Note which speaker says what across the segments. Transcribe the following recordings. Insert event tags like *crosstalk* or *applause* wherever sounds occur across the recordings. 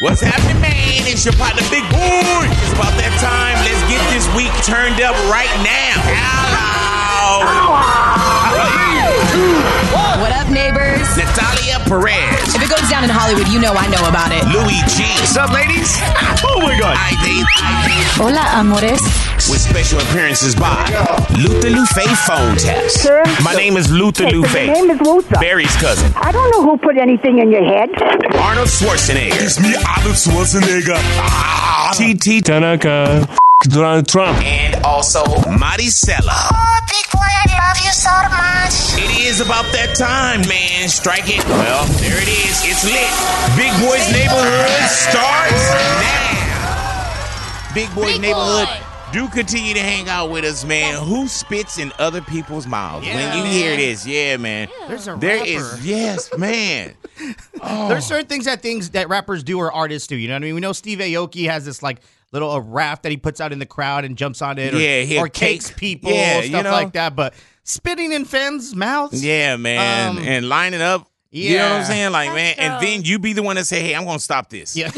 Speaker 1: What's happening, man? It's your partner, Big Boy. It's about that time. Let's get this week turned up right now. Hello.
Speaker 2: What up, neighbors?
Speaker 1: Natalia Perez,
Speaker 2: If it goes down in Hollywood, you know I know about it.
Speaker 1: Louis G. What's up, ladies? Oh my God. I think
Speaker 3: Hola, amores.
Speaker 1: with special appearances by Luther Lufe Phone Taps.
Speaker 4: Sir?
Speaker 1: My name is Luther
Speaker 4: Okay, so
Speaker 1: Lufe.
Speaker 4: your name is Luther.
Speaker 1: Barry's cousin,
Speaker 4: I don't know who put anything in your head.
Speaker 1: Arnold Schwarzenegger,
Speaker 5: me, Arnold Schwarzenegger. Ah,
Speaker 1: T.T.
Speaker 5: Tanaka. Donald Trump.
Speaker 1: and also Maricela.
Speaker 6: Oh, big boy, I love you so much.
Speaker 1: It is about that time, man. Strike it. Well, there it is. It's lit. Big Boy's Neighborhood starts now. Big Boy's Neighborhood. Do continue to hang out with us, man. Who spits in other people's mouths? when you hear this, yeah, man.
Speaker 7: There's a
Speaker 1: There
Speaker 7: rapper.
Speaker 1: is, yes, man. Oh.
Speaker 7: There's certain things that things that rappers do or artists do. You know what I mean? We know Steve Aoki has this like little a raft that he puts out in the crowd and jumps on it. Or,
Speaker 1: Yeah, he'll
Speaker 7: or cakes
Speaker 1: cake-
Speaker 7: people,
Speaker 1: yeah,
Speaker 7: stuff
Speaker 1: you know?
Speaker 7: like that. But spitting in fans' mouths.
Speaker 1: Yeah, man.
Speaker 7: Um,
Speaker 1: and lining up. You know what I'm
Speaker 7: yeah.
Speaker 1: saying? Like, man, and then you be the one that say, hey, I'm gonna stop this.
Speaker 7: Yeah.
Speaker 1: *laughs*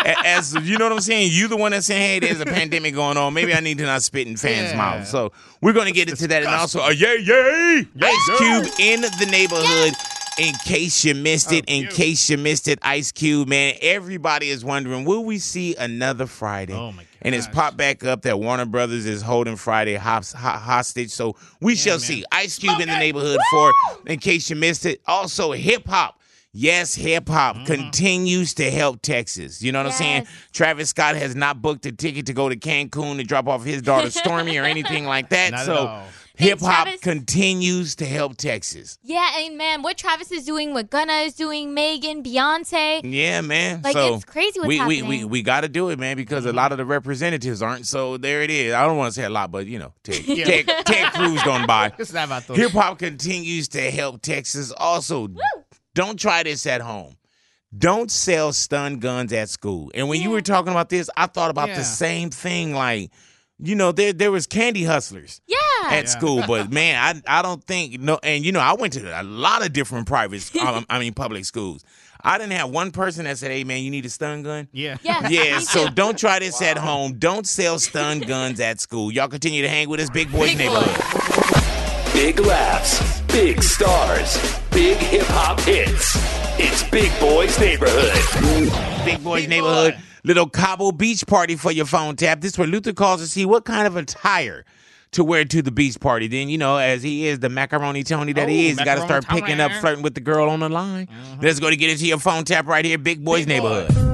Speaker 7: *laughs*
Speaker 1: A- As you know what I'm saying? You the one that's saying, hey,
Speaker 7: *laughs*
Speaker 1: there's a pandemic going on. Maybe I need to not spit in fans'
Speaker 7: Yeah.
Speaker 1: mouths. So we're gonna get into that and also a yay yay Ice Cube in the neighborhood. In case you missed
Speaker 7: Oh,
Speaker 1: it, in case you missed it, Ice Cube, man, everybody is wondering, will we see another Friday?
Speaker 7: Oh, my
Speaker 1: And it's
Speaker 7: gosh.
Speaker 1: popped back up that Warner Brothers is holding Friday hos- ho- hostage. So we shall see. Ice Cube in the neighborhood for, in case you missed it. Also, hip hop. Yes, hip hop
Speaker 7: Mm-hmm.
Speaker 1: continues to help Texas. You know what I'm saying?
Speaker 8: Yes.
Speaker 1: Travis Scott has not booked a ticket to go to Cancun to drop off
Speaker 7: *laughs*
Speaker 1: his daughter Stormy or anything like that.
Speaker 7: Not at
Speaker 1: so
Speaker 7: all.
Speaker 1: hip hop
Speaker 8: Travis-
Speaker 1: continues to help Texas.
Speaker 8: Yeah, and man, what Travis is doing, what Gunna is doing, Megan, Beyonce.
Speaker 1: Yeah, man.
Speaker 8: Like,
Speaker 1: so
Speaker 8: it's crazy what's
Speaker 1: we, we we
Speaker 8: happening. Mm-hmm.
Speaker 1: we got to do it, man, because a lot of the representatives aren't. So there it is. I don't want to say a lot, but you know,
Speaker 8: *laughs*
Speaker 1: Ted,
Speaker 7: Yeah.
Speaker 1: Ted, Ted Cruz gone *laughs* by.
Speaker 7: It's not about those.
Speaker 1: Hip hop continues to help Texas. Also, don't try this at home. Don't sell stun guns at school. And when you were talking about this, I thought about
Speaker 7: Yeah.
Speaker 1: the same thing. Like, you know, there there was candy hustlers
Speaker 8: Yeah.
Speaker 1: at school, but man, I I don't think no. And you know, I went to a lot of different private, um, I mean, public schools. I didn't have one person that said, "Hey, man, you need a stun gun."
Speaker 7: yeah.
Speaker 8: yeah.
Speaker 1: *laughs* Yeah,
Speaker 8: me
Speaker 1: so
Speaker 8: too.
Speaker 1: don't try this at home. Don't sell stun guns at school. Y'all continue to hang with us, Big Boys Neighborhood.
Speaker 9: Big laughs, big stars, big hip hop hits. It's Big Boys Neighborhood.
Speaker 1: Big Boys Neighborhood little Cabo Beach party for your phone tap. This is where Luther calls to see what kind of attire to wear to the beach party. Then, you know, as he is the macaroni Tony that he
Speaker 7: Oh,
Speaker 1: is, you got to
Speaker 7: macaroni
Speaker 1: start picking up
Speaker 7: Tony. Mm-hmm.
Speaker 1: flirting with the girl on the line. Let's go to get into your phone tap right here, Big Boys Neighborhood.
Speaker 10: Got your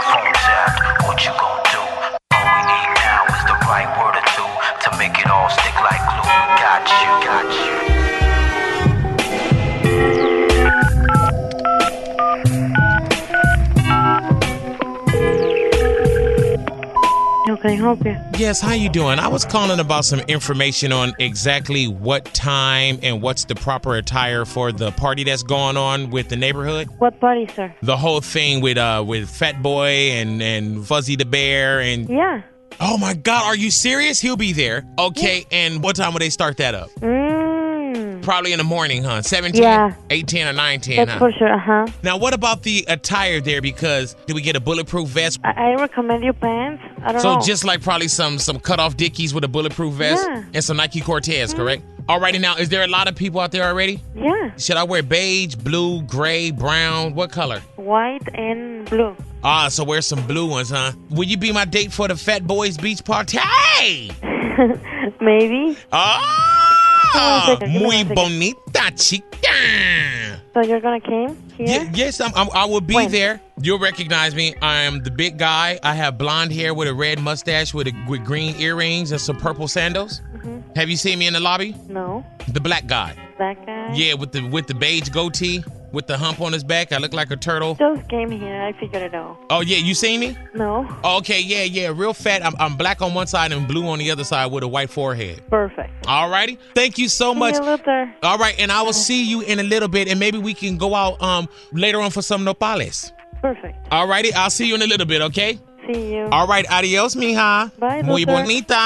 Speaker 10: phone tapped, what you gon' do? All we need now is the right word or two to make it all stick like glue. We got you, got you.
Speaker 4: How can I help you?
Speaker 1: Yes, how you doing? I was calling about some information on exactly what time and what's the proper attire for the party that's going on with the neighborhood.
Speaker 4: What party, sir?
Speaker 1: The whole thing with uh with Fat Boy and and Fuzzy the Bear and
Speaker 4: Yeah.
Speaker 1: Oh my God, are you serious? He'll be there. Okay, and what time will they start that up?
Speaker 4: Mm,
Speaker 1: Probably in the morning, huh? 17,
Speaker 4: Yeah.
Speaker 1: 18, or 19,
Speaker 4: that's
Speaker 1: huh?
Speaker 4: for sure. Uh huh.
Speaker 1: Now, what about the attire there? Because do we get a bulletproof vest?
Speaker 4: I, I recommend you pants. I don't
Speaker 1: So
Speaker 4: know.
Speaker 1: just like probably some some cut off dickies with a bulletproof vest
Speaker 4: Yeah. Mm-hmm.
Speaker 1: and some Nike Cortez, correct? Alrighty, now is there a lot of people out there already?
Speaker 4: yeah,
Speaker 1: Should I wear beige, blue, gray, brown? What color?
Speaker 4: white and blue. *laughs*
Speaker 1: Ah, so wear some blue ones, huh? Will you be my date for the Fat Boys Beach Party?
Speaker 4: Maybe.
Speaker 1: Ah,
Speaker 4: Hold on a second, give me
Speaker 1: muy
Speaker 4: one second.
Speaker 1: bonita chica.
Speaker 4: So you're gonna came here?
Speaker 1: Ye- yes, I'm, I'm, I will be
Speaker 4: When?
Speaker 1: there. You'll recognize me. I am the big guy. I have blonde hair with a red mustache with a, with green earrings and some purple sandals. Have you seen me in the lobby?
Speaker 4: Mm-hmm. No.
Speaker 1: The black guy.
Speaker 4: That guy.
Speaker 1: Yeah, with the with the beige goatee. with the hump on his back. I look like a turtle.
Speaker 4: Just came here. I figured it out.
Speaker 1: Oh yeah, you seen me?
Speaker 4: No.
Speaker 1: Oh, okay, yeah, yeah, real fat. I'm, I'm black on one side and blue on the other side with a white forehead.
Speaker 4: Perfect.
Speaker 1: All righty, thank you so much.
Speaker 4: See you later.
Speaker 1: All right, and I will see you in a little bit, and maybe we can go out um later on for some nopales.
Speaker 4: Perfect.
Speaker 1: All righty, I'll see you in a little bit, okay?
Speaker 4: See you.
Speaker 1: All right, adios, mija.
Speaker 4: Bye,
Speaker 1: Muy
Speaker 4: doctor.
Speaker 1: bonita.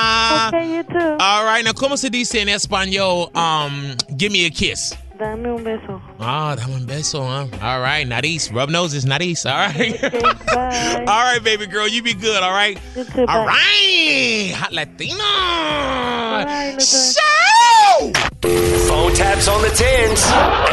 Speaker 4: Okay, you too.
Speaker 1: All right, now como se dice en español? Um, give me a kiss.
Speaker 4: Dame un beso.
Speaker 1: Ah, that one beso, huh? All right, nariz. Rub noses, nariz. All right. *laughs* all right, baby girl. You be good, all right?
Speaker 4: too,
Speaker 1: all
Speaker 4: bye.
Speaker 1: right. Hot Latina. So-
Speaker 9: Phone taps on the tins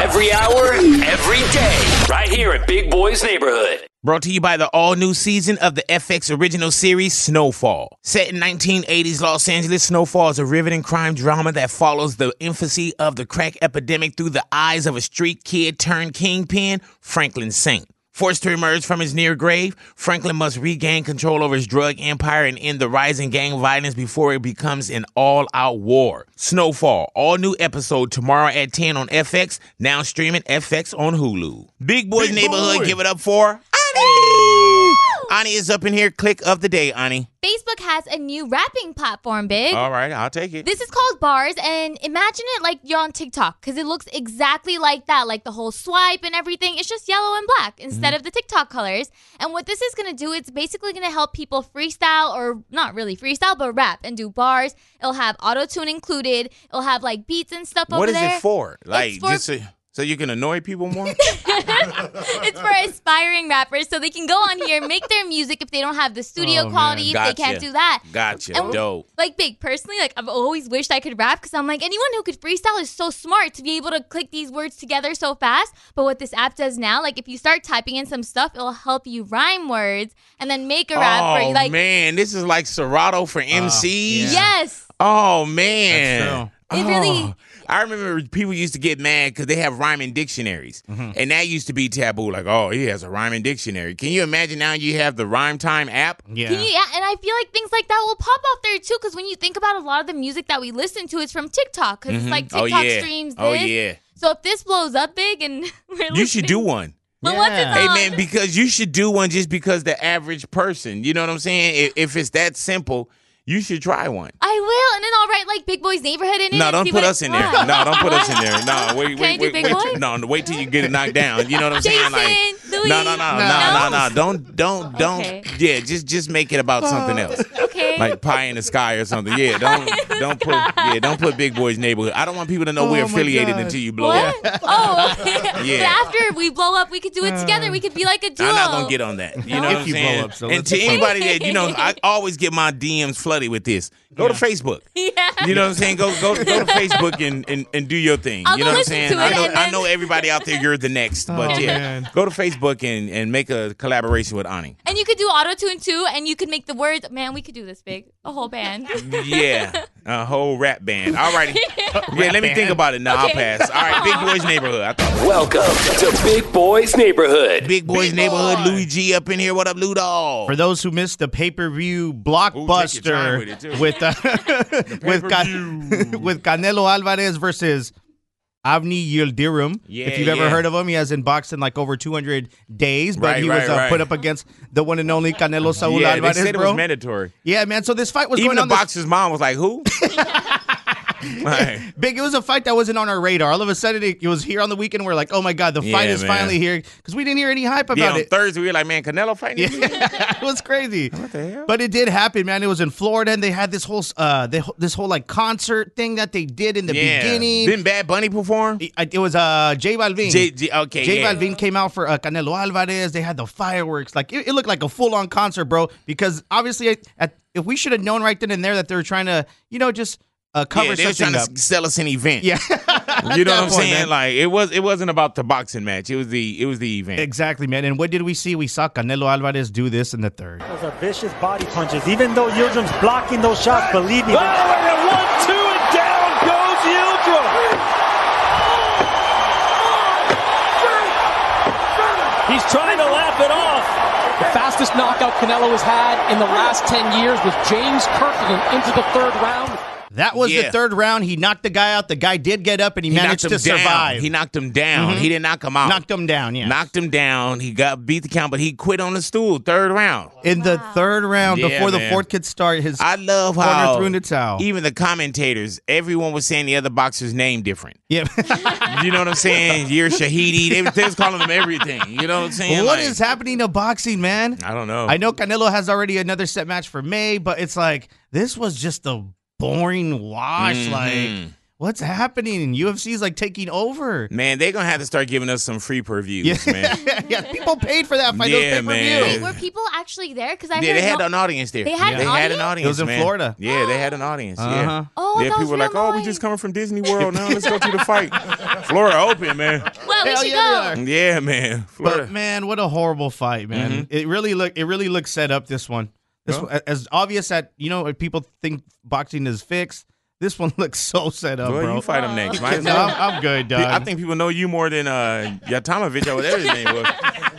Speaker 9: every hour, every day, right here at Big Boy's Neighborhood.
Speaker 1: Brought to you by the all new season of the FX original series Snowfall. Set in 1980s Los Angeles, Snowfall is a riveting crime drama that follows the infancy of the crack epidemic through the eyes of a street kid turned kingpin, Franklin Saint. Forced to emerge from his near grave, Franklin must regain control over his drug empire and end the rising gang violence before it becomes an all out war. Snowfall, all new episode tomorrow at 10 on FX, now streaming FX on Hulu. Big Boys Neighborhood, give it up for Ani is up in here. Click of the day, Ani.
Speaker 8: *laughs* Facebook has a new rapping platform, Big.
Speaker 1: All right, I'll take it.
Speaker 8: This is called Bars, and imagine it like you're on TikTok because it looks exactly like that, like the whole swipe and everything. It's just yellow and black
Speaker 1: Mm-hmm.
Speaker 8: instead of the TikTok colors. And what this is gonna do, it's basically gonna help people freestyle or not really freestyle, but rap and do bars. It'll have auto tune included. It'll have like beats and stuff over
Speaker 1: What is
Speaker 8: there.
Speaker 1: it for? Like
Speaker 8: It's for-
Speaker 1: just so, so you can annoy people
Speaker 8: *laughs*
Speaker 1: more?
Speaker 8: it's for aspiring rappers so they can go on here, make their music if they don't have the studio
Speaker 1: Oh, man.
Speaker 8: quality, if
Speaker 1: Gotcha.
Speaker 8: they can't do that.
Speaker 1: Gotcha.
Speaker 8: And-
Speaker 1: Dope.
Speaker 8: Like, big, personally, like, I've always wished I could rap because I'm like, anyone who could freestyle is so smart to be able to click these words together so fast. But what this app does now, like, if you start typing in some stuff, it'll help you rhyme words and then make a rap for
Speaker 1: Oh
Speaker 8: you. Like,
Speaker 1: man, this is like Serato for MCs.
Speaker 8: yes,
Speaker 1: Oh man.
Speaker 8: That's true. It really-
Speaker 1: Oh. I remember people used to get mad because they have rhyming dictionaries, and that used to be taboo. Like, oh, he has a rhyming dictionary. Can you imagine now you have the Rhyme Time app?
Speaker 7: Yeah.
Speaker 8: Can you- yeah, and I feel like things like that will pop off there too. Because when you think about a lot of the music that we listen to, it's from TikTok. Because
Speaker 1: Mhm.
Speaker 8: it's like
Speaker 1: Oh,
Speaker 8: TikTok
Speaker 1: yeah.
Speaker 8: streams. This.
Speaker 1: Oh, yeah.
Speaker 8: So if this blows up big and *laughs* we're
Speaker 1: You should
Speaker 8: listening-
Speaker 1: do one.
Speaker 8: But what's it
Speaker 1: Hey
Speaker 8: on?
Speaker 1: man, because you should do one just because the average person, you know what I'm saying? If, if it's that simple, you should try one.
Speaker 8: I will, and then I'll write like Big Boy's Neighborhood in it.
Speaker 1: No,
Speaker 8: and
Speaker 1: don't
Speaker 8: see
Speaker 1: put
Speaker 8: what
Speaker 1: us
Speaker 8: it's
Speaker 1: in there.
Speaker 8: like.
Speaker 1: No, don't put us in there. No, wait,
Speaker 8: Can I
Speaker 1: wait,
Speaker 8: do
Speaker 1: wait,
Speaker 8: big
Speaker 1: wait.
Speaker 8: boy?
Speaker 1: No, no, wait till you get it knocked down. You know what I'm saying? Like,
Speaker 8: Jason,
Speaker 1: no, no, no, no, no, no. Don't, don't, don't.
Speaker 8: Okay.
Speaker 1: Yeah, just, just make it about something else.
Speaker 8: Okay.
Speaker 1: Like pie in the sky or something. Yeah, don't, don't put, yeah, don't put big boys neighborhood. I don't want people to know we're
Speaker 7: Oh, my
Speaker 1: affiliated
Speaker 7: God.
Speaker 1: until you blow
Speaker 8: what?
Speaker 1: up.
Speaker 8: *laughs* Oh, *laughs* okay.
Speaker 1: Yeah.
Speaker 8: But after we blow up, we could
Speaker 7: Uh.
Speaker 8: do it together. We could be like a duo.
Speaker 1: I'm not gonna get on that. You know
Speaker 7: If
Speaker 1: what I'm
Speaker 7: you blow
Speaker 1: saying?
Speaker 7: up, so
Speaker 1: and
Speaker 7: let's-
Speaker 1: to anybody that you know, I always get my DMs flooded with this. Go to Facebook.
Speaker 8: *laughs* Yeah.
Speaker 1: You know what I'm saying? Go go go to Facebook and, and, and do your thing.
Speaker 8: I'll
Speaker 1: you
Speaker 8: go
Speaker 1: know what
Speaker 8: listen
Speaker 1: I'm saying?
Speaker 8: to it
Speaker 1: I know
Speaker 8: and
Speaker 1: I
Speaker 8: then-
Speaker 1: know everybody out there. You're the next, but
Speaker 7: Oh,
Speaker 1: yeah,
Speaker 7: man.
Speaker 1: go to Facebook and, and make a collaboration with Ani.
Speaker 8: *laughs* And you could do auto tune too, and you could make the words. Man, we could do this big, a whole band.
Speaker 1: Yeah, a whole rap band. All
Speaker 8: *laughs*
Speaker 1: righty. yeah, let me
Speaker 7: Rap
Speaker 1: think
Speaker 7: band.
Speaker 1: about it. No, I'll
Speaker 8: Okay.
Speaker 1: pass. All right, Big Boys Neighborhood. I thought
Speaker 9: Welcome to Big Boy's Neighborhood.
Speaker 1: Big Boys Neighborhood. Louis G up in here. What up, Ludo?
Speaker 7: For those who missed the pay-per-view blockbuster
Speaker 1: Ooh, take your time with
Speaker 7: with uh, *laughs* with, Can- *laughs* with Canelo Alvarez versus Avni Yildirim.
Speaker 1: Yeah,
Speaker 7: if you've ever
Speaker 1: yeah.
Speaker 7: heard of him, he has in boxing like over 200 days, but
Speaker 1: Right,
Speaker 7: he was
Speaker 1: right,
Speaker 7: uh,
Speaker 1: right.
Speaker 7: put up against the one and only Canelo Saul
Speaker 1: yeah, they
Speaker 7: Alvarez,
Speaker 1: said it
Speaker 7: bro.
Speaker 1: was mandatory.
Speaker 7: yeah, man. So this fight was going
Speaker 1: Even the
Speaker 7: on this-
Speaker 1: boxer's mom was
Speaker 7: *laughs*
Speaker 1: like, "Who?" Like,
Speaker 7: Big, it was a fight that wasn't on our radar. All of a sudden, it, it was here on the weekend. We're like, oh my God, the fight
Speaker 1: Yeah,
Speaker 7: is
Speaker 1: man.
Speaker 7: finally here. Because we didn't hear any hype
Speaker 1: yeah,
Speaker 7: about
Speaker 1: on
Speaker 7: it.
Speaker 1: Thursday we were like, "Man, Canelo fighting." this
Speaker 7: *laughs*
Speaker 1: weekend?"
Speaker 7: it was crazy. But it did happen, man. It was in Florida, and they had this whole uh, they, this whole like concert thing that they did in the
Speaker 1: Yeah.
Speaker 7: beginning.
Speaker 1: Didn't Bad Bunny perform?
Speaker 7: It- It was uh, J Balvin.
Speaker 1: J- J- okay,
Speaker 7: J
Speaker 1: yeah.
Speaker 7: Balvin came out for uh, Canelo Alvarez. They had the fireworks. Like it, it looked like a full on concert, bro. Because obviously, at, at, if we should have known right then and there that they were trying to, you know, just uh, cover
Speaker 1: yeah, they was
Speaker 7: something
Speaker 1: trying to
Speaker 7: up.
Speaker 1: s- sell us an
Speaker 7: *laughs*
Speaker 1: event.
Speaker 7: yeah,
Speaker 1: you know what I'm
Speaker 7: that point,
Speaker 1: saying?
Speaker 7: man.
Speaker 1: Like it was, it wasn't about the boxing match. It was the, it was the event.
Speaker 7: exactly, man. And what did we see? We saw Canelo Alvarez do this in the third.
Speaker 11: Those are vicious body punches. Even though Yildirim's blocking those shots, believe me,
Speaker 9: one, two, and down goes Yildirim.
Speaker 11: he's trying to laugh it off.
Speaker 12: The fastest knockout Canelo has had in the last 10 years was James Kirkland into the third round.
Speaker 7: That was
Speaker 1: Yeah.
Speaker 7: the third round. He knocked the guy out. The guy did get up and he, managed to
Speaker 1: knocked him down.
Speaker 7: survive.
Speaker 1: He knocked him down.
Speaker 7: Mhm.
Speaker 1: He didn't knock him out.
Speaker 7: Knocked him down, yeah.
Speaker 1: Knocked him down. He got beat the count, but he quit on the stool third round.
Speaker 7: In the third round,
Speaker 1: Yeah,
Speaker 7: before the
Speaker 1: man.
Speaker 7: fourth could start, his
Speaker 1: I love
Speaker 7: corner
Speaker 1: how
Speaker 7: threw in the towel.
Speaker 1: even the commentators, everyone was saying the other boxer's name different.
Speaker 7: Yeah.
Speaker 1: *laughs* you know what I'm saying? You're Shahidi. They, they was calling him everything. You know what I'm
Speaker 7: What
Speaker 1: saying?
Speaker 7: is
Speaker 1: What is?
Speaker 7: happening to boxing, man?
Speaker 1: I don't know.
Speaker 7: I know Canelo has already another set match for May, but it's like this was just a boring wash.
Speaker 1: Mm-hmm.
Speaker 7: Like, what's happening? And UFC's like taking
Speaker 1: *laughs*
Speaker 7: over.
Speaker 1: Man, they're gonna have to start giving us some free purviews, man.
Speaker 7: *laughs* yeah, people paid for that fight.
Speaker 1: Yeah,
Speaker 7: Yeah, man.
Speaker 1: man.
Speaker 8: Wait, were people actually there? Because I
Speaker 1: Yeah,
Speaker 8: heard
Speaker 1: they had
Speaker 8: no-
Speaker 1: an audience there.
Speaker 8: They had an
Speaker 1: yeah. they had
Speaker 8: audience?
Speaker 1: an audience.
Speaker 7: It was in
Speaker 1: man.
Speaker 7: Florida.
Speaker 1: Yeah, they had an audience.
Speaker 7: Uh-huh.
Speaker 1: Yeah.
Speaker 8: Oh,
Speaker 1: yeah,
Speaker 8: that
Speaker 1: people
Speaker 8: was
Speaker 1: were like,
Speaker 8: real
Speaker 1: "Oh, we just coming from Disney World now. Let's
Speaker 8: *laughs*
Speaker 1: go to the fight." Florida open, man.
Speaker 8: Well, we
Speaker 7: Hell
Speaker 8: should
Speaker 7: yeah, they
Speaker 8: go.
Speaker 7: are.
Speaker 1: Yeah, man. Florida.
Speaker 7: But man, what a horrible fight, man!
Speaker 1: Mm-hmm.
Speaker 7: It really look it really looks set up. This one, this one, as obvious that you know if people think boxing is fixed. This one *laughs* looks so set up,
Speaker 1: Well,
Speaker 7: bro.
Speaker 1: you fight
Speaker 8: *laughs*
Speaker 7: *laughs*
Speaker 1: him next. Might as
Speaker 7: No,
Speaker 1: well.
Speaker 7: I'm, I'm good, dog.
Speaker 1: I think people know you more than uh, Yatomovich or whatever his name was.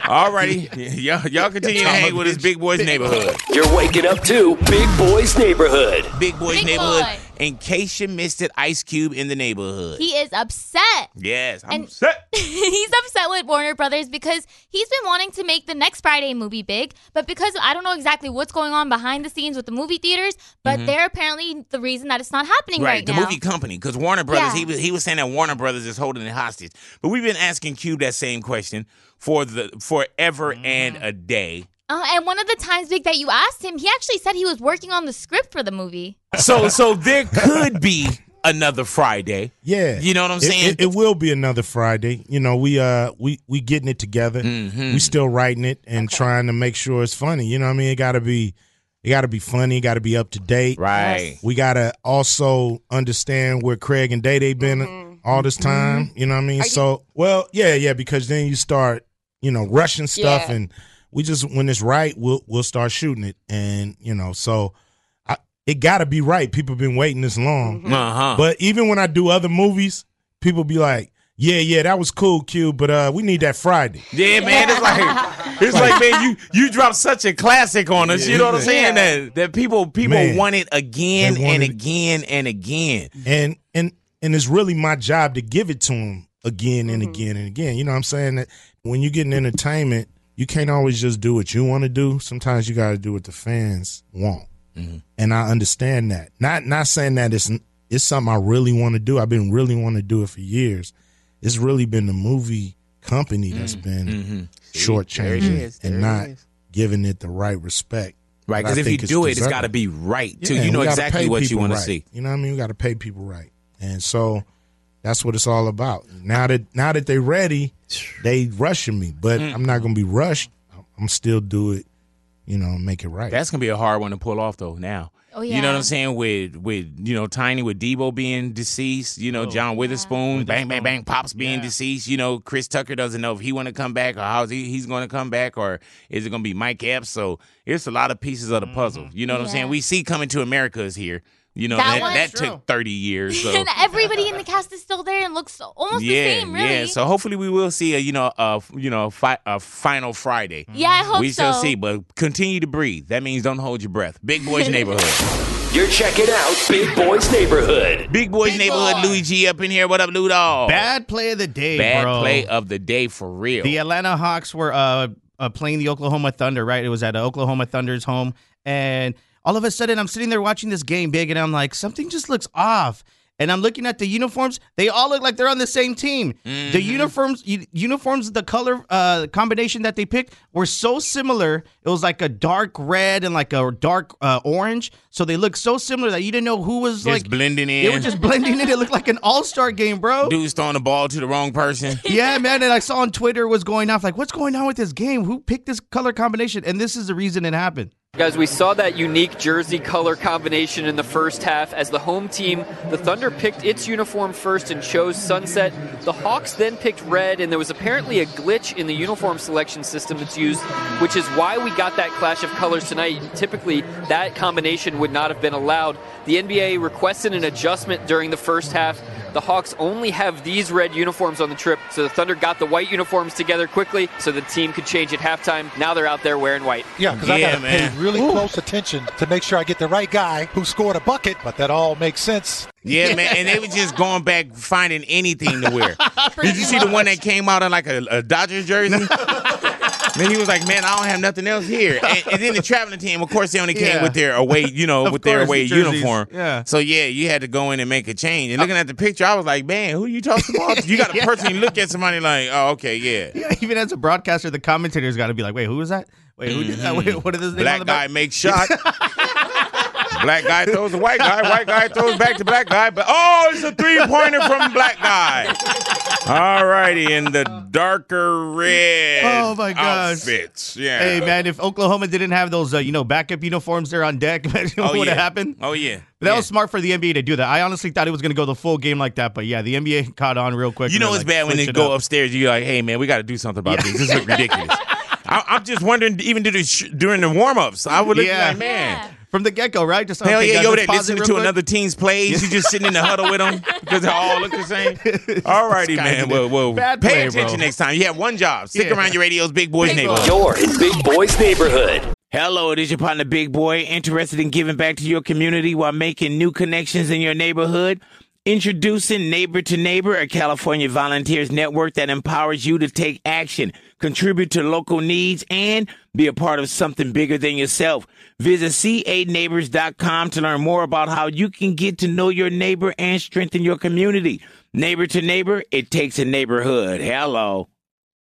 Speaker 1: All righty.
Speaker 7: *laughs*
Speaker 1: Y'all, y'all continue to hang with this Big Boys Neighborhood.
Speaker 9: You're waking up to Big Boys Neighborhood.
Speaker 1: Big Boys
Speaker 8: Big
Speaker 1: Neighborhood.
Speaker 8: Boy.
Speaker 1: In case you missed it, Ice Cube in the neighborhood.
Speaker 8: He is upset.
Speaker 1: yes, I'm
Speaker 8: And-
Speaker 1: set.
Speaker 8: *laughs* he's upset with Warner Brothers because he's been wanting to make the next Friday movie big, but because I don't know exactly what's going on behind the scenes with the movie theaters, but they're apparently the reason that it's not happening right,
Speaker 1: Mm-hmm. the
Speaker 8: now.
Speaker 1: movie company, because Warner Brothers,
Speaker 8: Yeah.
Speaker 1: he was he was saying that Warner Brothers is holding it hostage. But we've been asking Cube that same question for the forever and a day.
Speaker 8: Uh, and one of the times big that you asked him, he actually said he was working on the script for the movie.
Speaker 1: So so there could be another Friday.
Speaker 12: Yeah.
Speaker 1: You know what I'm
Speaker 12: It-
Speaker 1: saying?
Speaker 12: It, it will be another Friday. You know, we uh we we getting it together.
Speaker 1: Mm-hmm.
Speaker 12: We still writing it and trying to make sure it's funny. You know what I mean? It gotta be it gotta be funny, it gotta be up to date.
Speaker 1: Right.
Speaker 12: We gotta also understand where Craig and Day Day been all
Speaker 1: Mm-hmm.
Speaker 12: this time. You know what I mean? so well, yeah, yeah, because then you start, you know, rushing stuff
Speaker 13: Yeah.
Speaker 12: and we just when it's right, we'll we'll start shooting it. And, you know, so I, it gotta be right. People been waiting this
Speaker 9: Mm-hmm.
Speaker 12: long.
Speaker 1: Uh-huh.
Speaker 12: But even when I do other movies, people be like, "Yeah, yeah, that was cool, Q, but uh, we need that Friday."
Speaker 1: Yeah, man, it's like it's like man, you you dropped such a classic on us. you know what I'm saying? That that people people
Speaker 12: Man.
Speaker 1: want it again
Speaker 12: They want
Speaker 1: and
Speaker 12: it-
Speaker 1: again and again.
Speaker 12: And and and it's really my job to give it to them again and again and again. You know what I'm saying? That when you get in entertainment, you can't always just do what you want to do. Sometimes you got to do what the fans want. And I understand that. Not not saying that it's it's something I really want to do. I've been really want to do it for years. It's really been the movie company
Speaker 8: Mm.
Speaker 1: Mm.
Speaker 12: that's been
Speaker 1: Mm-hmm. there it
Speaker 12: shortchanging
Speaker 1: is, there
Speaker 12: and
Speaker 1: it
Speaker 12: not
Speaker 1: is.
Speaker 12: giving it the right respect.
Speaker 1: Right,
Speaker 12: that I
Speaker 1: because if you
Speaker 12: think is
Speaker 1: do it, it's
Speaker 12: deserved.
Speaker 1: got to be right too.
Speaker 12: Yeah,
Speaker 1: you
Speaker 12: we
Speaker 1: know
Speaker 12: gotta
Speaker 1: exactly
Speaker 12: pay
Speaker 1: what you
Speaker 12: people
Speaker 1: want
Speaker 12: right.
Speaker 1: to see.
Speaker 12: You know what I mean? We got to pay people right, and so that's what it's all about. Now that now that they're ready, they rushing me, but
Speaker 1: Mm.
Speaker 12: I'm not gonna be rushed. I'm still do it, you know, make it right.
Speaker 1: That's gonna be a hard one to pull off though. Now,
Speaker 8: Oh,
Speaker 1: you know
Speaker 8: yeah.
Speaker 1: what I'm saying with with you know Tiny with Debo being deceased, you know John Witherspoon, bang bang bang, pops being deceased. You know Chris Tucker doesn't know if he want to come back or how's he he's going to come back or is it going to be Mike Epps? So it's a lot of pieces of the puzzle. You know what I'm
Speaker 8: Yeah.
Speaker 1: saying? We see coming to America is here. You know
Speaker 8: That
Speaker 1: that,
Speaker 8: one-
Speaker 1: that
Speaker 8: True.
Speaker 1: took 30
Speaker 8: *laughs*
Speaker 1: years. So.
Speaker 8: and everybody in the cast is still there and looks almost the same, really.
Speaker 1: yeah. So hopefully we will see a you know a you know fi- a final Friday.
Speaker 8: Yeah, I hope
Speaker 1: we shall
Speaker 8: so.
Speaker 1: see. But continue to breathe. That means don't hold your breath. Big
Speaker 8: *laughs*
Speaker 1: boys neighborhood.
Speaker 9: You're checking out Big Boys Neighborhood.
Speaker 1: Big boys neighborhood. Louis G up in here. What up, Ludo?
Speaker 7: Bad play of the day,
Speaker 1: Bad
Speaker 7: bro.
Speaker 1: play of the day for real.
Speaker 7: The Atlanta Hawks were uh, uh, playing the Oklahoma Thunder, right? It was at uh, Oklahoma Thunder's home. And all of a sudden, I'm sitting there watching this game big, and I'm like, something just looks off. And I'm looking at the uniforms. They all look like they're on the same team. The
Speaker 1: Mm-hmm.
Speaker 7: uniforms, u- uniforms, the color uh, combination that they picked were so similar. It was like a dark red and like a dark uh, orange. So they looked so similar that you didn't know who was
Speaker 1: just
Speaker 7: like.
Speaker 1: blending in.
Speaker 7: They were just blending in. It looked like an all star game, bro
Speaker 1: dudes throwing the ball to the
Speaker 8: *laughs*
Speaker 1: wrong person. *laughs*
Speaker 7: yeah, man. And I saw on Twitter was going off like, what's going on with this game? Who picked this color combination? And this is the reason it happened. *laughs*
Speaker 14: Guys, we saw that unique jersey color combination in the first half. As the home team, the Thunder picked its uniform first and chose sunset. The Hawks then picked red, and there was apparently a glitch in the uniform selection system that's used, which is why we got that clash of colors tonight. Typically, that combination would not have been allowed. The NBA requested an adjustment during the first half. The Hawks only have these red uniforms on the trip, so the Thunder got the white uniforms together quickly so the team could change at halftime. Now they're out there wearing white.
Speaker 13: Yeah, because I got to pay really close attention to make sure I get the right guy who scored a bucket, but that all makes sense.
Speaker 1: Yeah, man, and they
Speaker 13: *laughs*
Speaker 1: were just going back finding anything to
Speaker 8: *laughs*
Speaker 1: wear. Did you see the one that came out in like a, a Dodgers jersey?
Speaker 7: *laughs*
Speaker 1: Then he was like, "Man, I don't have nothing else here." And, and then *laughs* the traveling team, of course, they only came
Speaker 7: Yeah.
Speaker 1: with their away, you
Speaker 7: *laughs*
Speaker 1: know,
Speaker 7: Of
Speaker 1: with their
Speaker 7: course,
Speaker 1: away
Speaker 7: the jerseys.
Speaker 1: uniform.
Speaker 7: Yeah.
Speaker 1: *laughs* So yeah, you had to go in and make a change. And looking at the picture, I was like, "Man, who you
Speaker 7: *laughs*
Speaker 1: talking about?" You got to personally look at somebody like, "Oh, okay, yeah."
Speaker 7: Even as a broadcaster, the commentator's got to be like, wait, who was that? Wait, who did that? Wait, what is this name on
Speaker 1: Mm-hmm. Black
Speaker 7: the
Speaker 1: guy
Speaker 7: back? *laughs*
Speaker 1: makes shot. black guy throws to white guy. White guy throws back to black guy. But oh, it's a three pointer from black guy. All righty, in the darker red.
Speaker 7: Oh, my gosh.
Speaker 1: Outfits. Yeah.
Speaker 7: Hey man, if *laughs* Oklahoma didn't have those, uh, you know, backup uniforms there on deck, *laughs* imagine what
Speaker 1: Oh,
Speaker 7: would have
Speaker 1: yeah.
Speaker 7: happened.
Speaker 1: Oh yeah.
Speaker 7: But that was smart for the NBA to do that. I honestly thought it was going to go the full game like that, but yeah, the NBA caught on real quick.
Speaker 1: You
Speaker 7: and
Speaker 1: know
Speaker 7: they,
Speaker 1: it's
Speaker 7: like,
Speaker 1: bad when they
Speaker 7: switched it
Speaker 1: go
Speaker 7: up.
Speaker 1: upstairs. You're like, hey man, we got to do something about this.
Speaker 7: *laughs*
Speaker 1: This is ridiculous. I, I'm just wondering, even do the sh- during the warm ups, I would look
Speaker 7: Yeah.
Speaker 1: like, man.
Speaker 7: From the get go, right? Just
Speaker 1: Hell
Speaker 7: okay,
Speaker 1: yeah,
Speaker 7: guys,
Speaker 1: yo,
Speaker 7: let's
Speaker 1: there
Speaker 7: pause it
Speaker 1: listening
Speaker 7: real
Speaker 1: to
Speaker 7: quick.
Speaker 1: another team's plays. You just sitting in the huddle
Speaker 7: *laughs*
Speaker 1: with them because they all look the same. All righty,
Speaker 7: guy's
Speaker 1: man.
Speaker 7: a
Speaker 1: Well, well,
Speaker 7: bad
Speaker 1: pay
Speaker 7: player, bro.
Speaker 1: attention next time. You have one job. Stick
Speaker 15: Yeah.
Speaker 1: around your radios, Big Boys Neighborhood.
Speaker 15: You're in Big Boy's Neighborhood. Hello, it is your partner, Big Boy, interested in giving back to your community while making new connections in your neighborhood. Introducing Neighbor to Neighbor, a California volunteers network that empowers you to take action, contribute to local needs, and be a part of something bigger than yourself. Visit c8neighbors.com to learn more about how you can get to know your neighbor and strengthen your community. Neighbor to neighbor, it takes a neighborhood. Hello.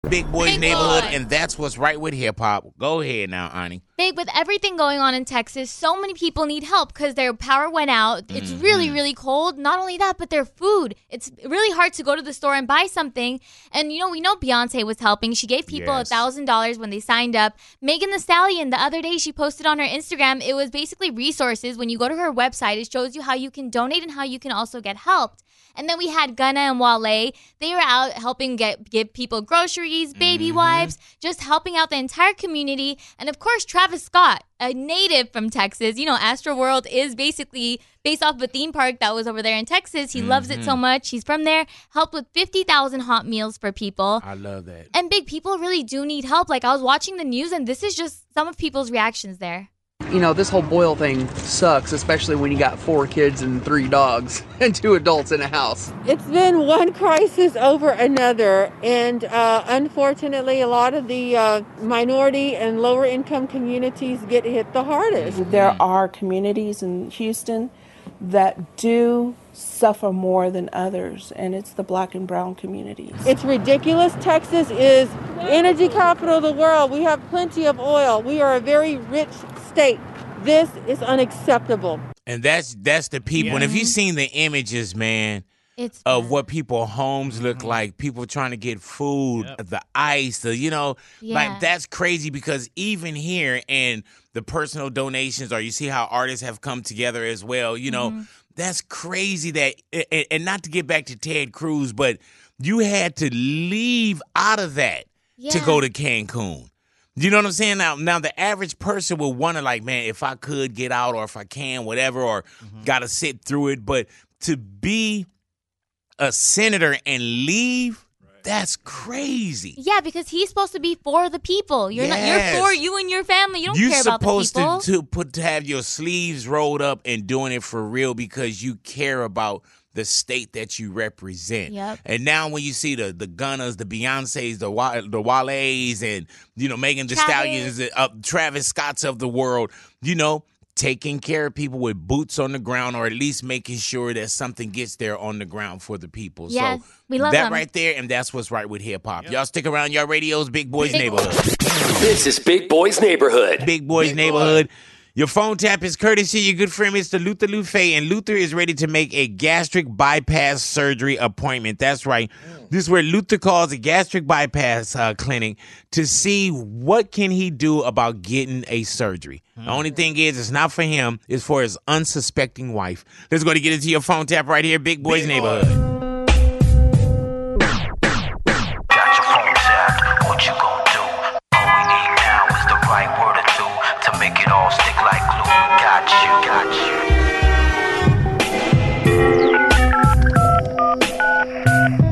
Speaker 1: Big Boys Neighborhood, and that's what's right with hip hop. Go ahead now, Ani.
Speaker 8: Big, with everything going on in Texas, so many people need help because their power went out. It's really, really cold. Not only that, but their food. It's really hard to go to the store and buy something. And you know, we know Beyonce was helping. She gave people a
Speaker 16: Yes.
Speaker 8: thousand dollars when they signed up. Megan the Stallion, the other day, she posted on her Instagram. It was basically resources. When you go to her website, it shows you how you can donate and how you can also get helped. And then we had Gunna and Wale. They were out helping get give people groceries, baby wipes, just helping out the entire community. And of course, Travis Scott, a native from Texas. You know, Astro World is basically based off of a theme park that was over there in Texas. He loves it so
Speaker 1: Mhm.
Speaker 8: much. He's from there. Helped with fifty thousand hot meals for people.
Speaker 1: I love that.
Speaker 8: And big people really do need help. Like I was watching the news, and this is just some of people's reactions there.
Speaker 17: You know, this whole boil thing sucks, especially when you got four kids and three dogs *laughs* and two adults in a house.
Speaker 18: It's been one crisis over another, and uh, unfortunately, a lot of the uh, minority and lower income communities get hit the hardest.
Speaker 19: There are communities in Houston that do suffer more than others, and it's the black and brown communities.
Speaker 18: It's ridiculous. Texas is energy capital of the world. We have plenty of oil. We are a very rich state. This is unacceptable.
Speaker 1: And that's that's the people. And if you've seen the images, man,
Speaker 8: It's
Speaker 1: of what people homes look like, people trying to get food, the ice, the you know,
Speaker 8: Yeah.
Speaker 1: like that's crazy because even here and the personal donations, or you see how artists have come together as well, you know,
Speaker 8: Mm-hmm.
Speaker 1: that's crazy that a- a- and not to get back to Ted Cruz, but you had to leave out of that to
Speaker 8: Yeah.
Speaker 1: go to Cancun. You know what I'm saying? Now, now the average person would wonder, like, man, if I could get out, or if I can, whatever, or gotta sit through it. But to be a senator and leave, that's crazy.
Speaker 8: Yeah, because he's supposed to be for the people. You're
Speaker 1: Yes.
Speaker 8: not. You're for you and your family. You don't
Speaker 1: You're
Speaker 8: care about the
Speaker 1: supposed
Speaker 8: people.
Speaker 1: to, to put to have your sleeves rolled up and doing it for real because you care about the state that you represent.
Speaker 8: Yep.
Speaker 1: And now when you see the the Gunners, the Beyonces, the Wa- the Wale's, and you know Megan Thee
Speaker 8: Travis.
Speaker 1: Stallions, the, uh, Travis Scotts of the world, you know. Taking care of people with boots on the ground, or at least making sure that something gets there on the ground for the people.
Speaker 8: Yes,
Speaker 1: so
Speaker 8: we love
Speaker 1: that
Speaker 8: them.
Speaker 1: right there, and that's what's right with hip hop. Y'all stick around, y'all radios, Big Boys
Speaker 9: Big-
Speaker 1: Neighborhood.
Speaker 9: This is Big Boys Neighborhood.
Speaker 1: Big Boys Neighborhood. Your phone tap is courtesy of your good friend, Mr. Luther Lufe, and Luther is ready to make a gastric bypass surgery appointment. That's right. This is where Luther calls a gastric bypass uh, clinic to see what can he do about getting a surgery. The only thing is, it's not for him. It's for his unsuspecting wife. Let's go to get into your phone tap right here, Big Boys Neighborhood.
Speaker 20: Got your phone tapped, what you gon' do? All we need now is the right word or two to make it all stick like glue. We Got you, got you.
Speaker 4: *laughs*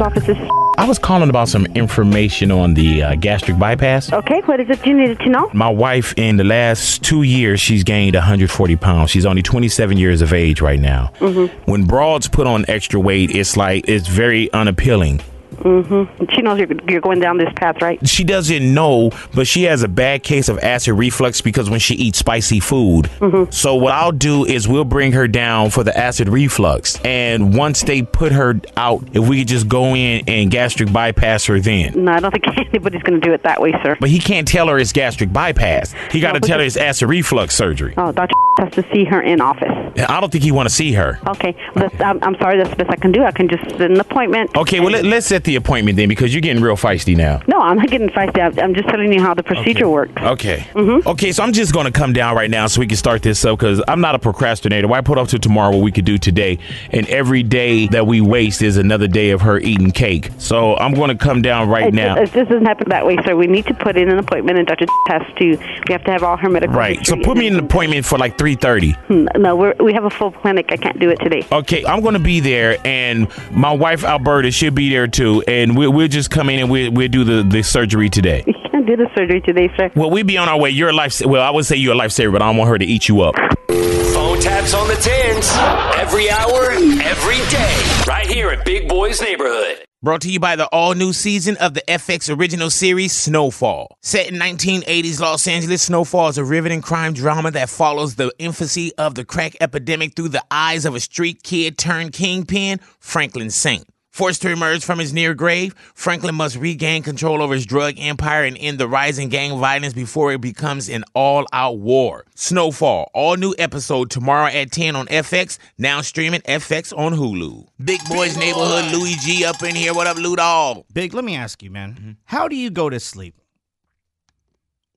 Speaker 4: office is.
Speaker 1: I was calling about some information on the uh, gastric bypass.
Speaker 4: Okay, what is it you needed to know?
Speaker 1: My wife, in the last two years, she's gained 140 pounds. She's only 27 years of age right now.
Speaker 4: Mm-hmm.
Speaker 1: When broads put on extra weight, it's like it's very unappealing.
Speaker 4: Mm-hmm. She knows you're, you're going down this path, right?
Speaker 1: She doesn't know, but she has a bad case of acid reflux because when she eats spicy food.
Speaker 4: Mm-hmm.
Speaker 1: So what I'll do is we'll bring her down for the acid reflux, and once they put her out, if we could just go in and gastric bypass her then.
Speaker 4: No, I don't think *laughs* anybody's going to do it that way, sir.
Speaker 1: But he can't tell her it's gastric bypass. He got to
Speaker 4: but
Speaker 1: tell her
Speaker 4: you-
Speaker 1: it's acid reflux surgery.
Speaker 4: Oh, Dr. *laughs* has to see her in office.
Speaker 1: I don't think he want to see her.
Speaker 4: Okay, that's, I'm, I'm sorry, that's the best I can do. I can just set an appointment.
Speaker 1: Okay, well let, let's set the appointment then because you're getting real feisty now.
Speaker 4: No, I'm not getting feisty. I'm- I'm just telling you how the procedure works.
Speaker 1: Okay. Okay, so I'm just going to come down right now so we can start this up because I'm not a procrastinator. Why put off to tomorrow what we could do today? And every day that we waste is another day of her eating cake. So I'm going to come down right
Speaker 4: It-
Speaker 1: now.
Speaker 4: It, it just doesn't happen that way, sir. We need to put in an appointment, and Dr. *laughs* has to. We have to have all her medical.
Speaker 1: Right. So put me in an appointment for like 3:30.
Speaker 4: Hmm, No, we're, we have a full clinic. I can't do it today.
Speaker 1: Okay, I'm going to be there and my wife Alberta she'll be there too and we we'll just come in and we we'll do the, the surgery today.
Speaker 4: I can't do the surgery today, sir.
Speaker 1: Well, we be on our way. You're a life well, I would say you're a lifesaver, but I don't want her to eat you up.
Speaker 9: Phone taps on the tens every hour, every day, right here at Big Boy's Neighborhood.
Speaker 1: Brought to you by the all new season of the FX original series Snowfall. Set in 1980s Los Angeles, Snowfall is a riveting crime drama that follows the infancy of the crack epidemic through the eyes of a street kid turned kingpin, Franklin Saint. Forced to emerge from his near grave, Franklin must regain control over his drug empire and end the rising gang violence before it becomes an all out war. Snowfall, all new episode tomorrow at 10 on FX, now streaming FX on Hulu. Big Boys Neighborhood, Louis G up in here. What up, Lou Dog?
Speaker 7: Big, let me ask you, man. How do you go to sleep?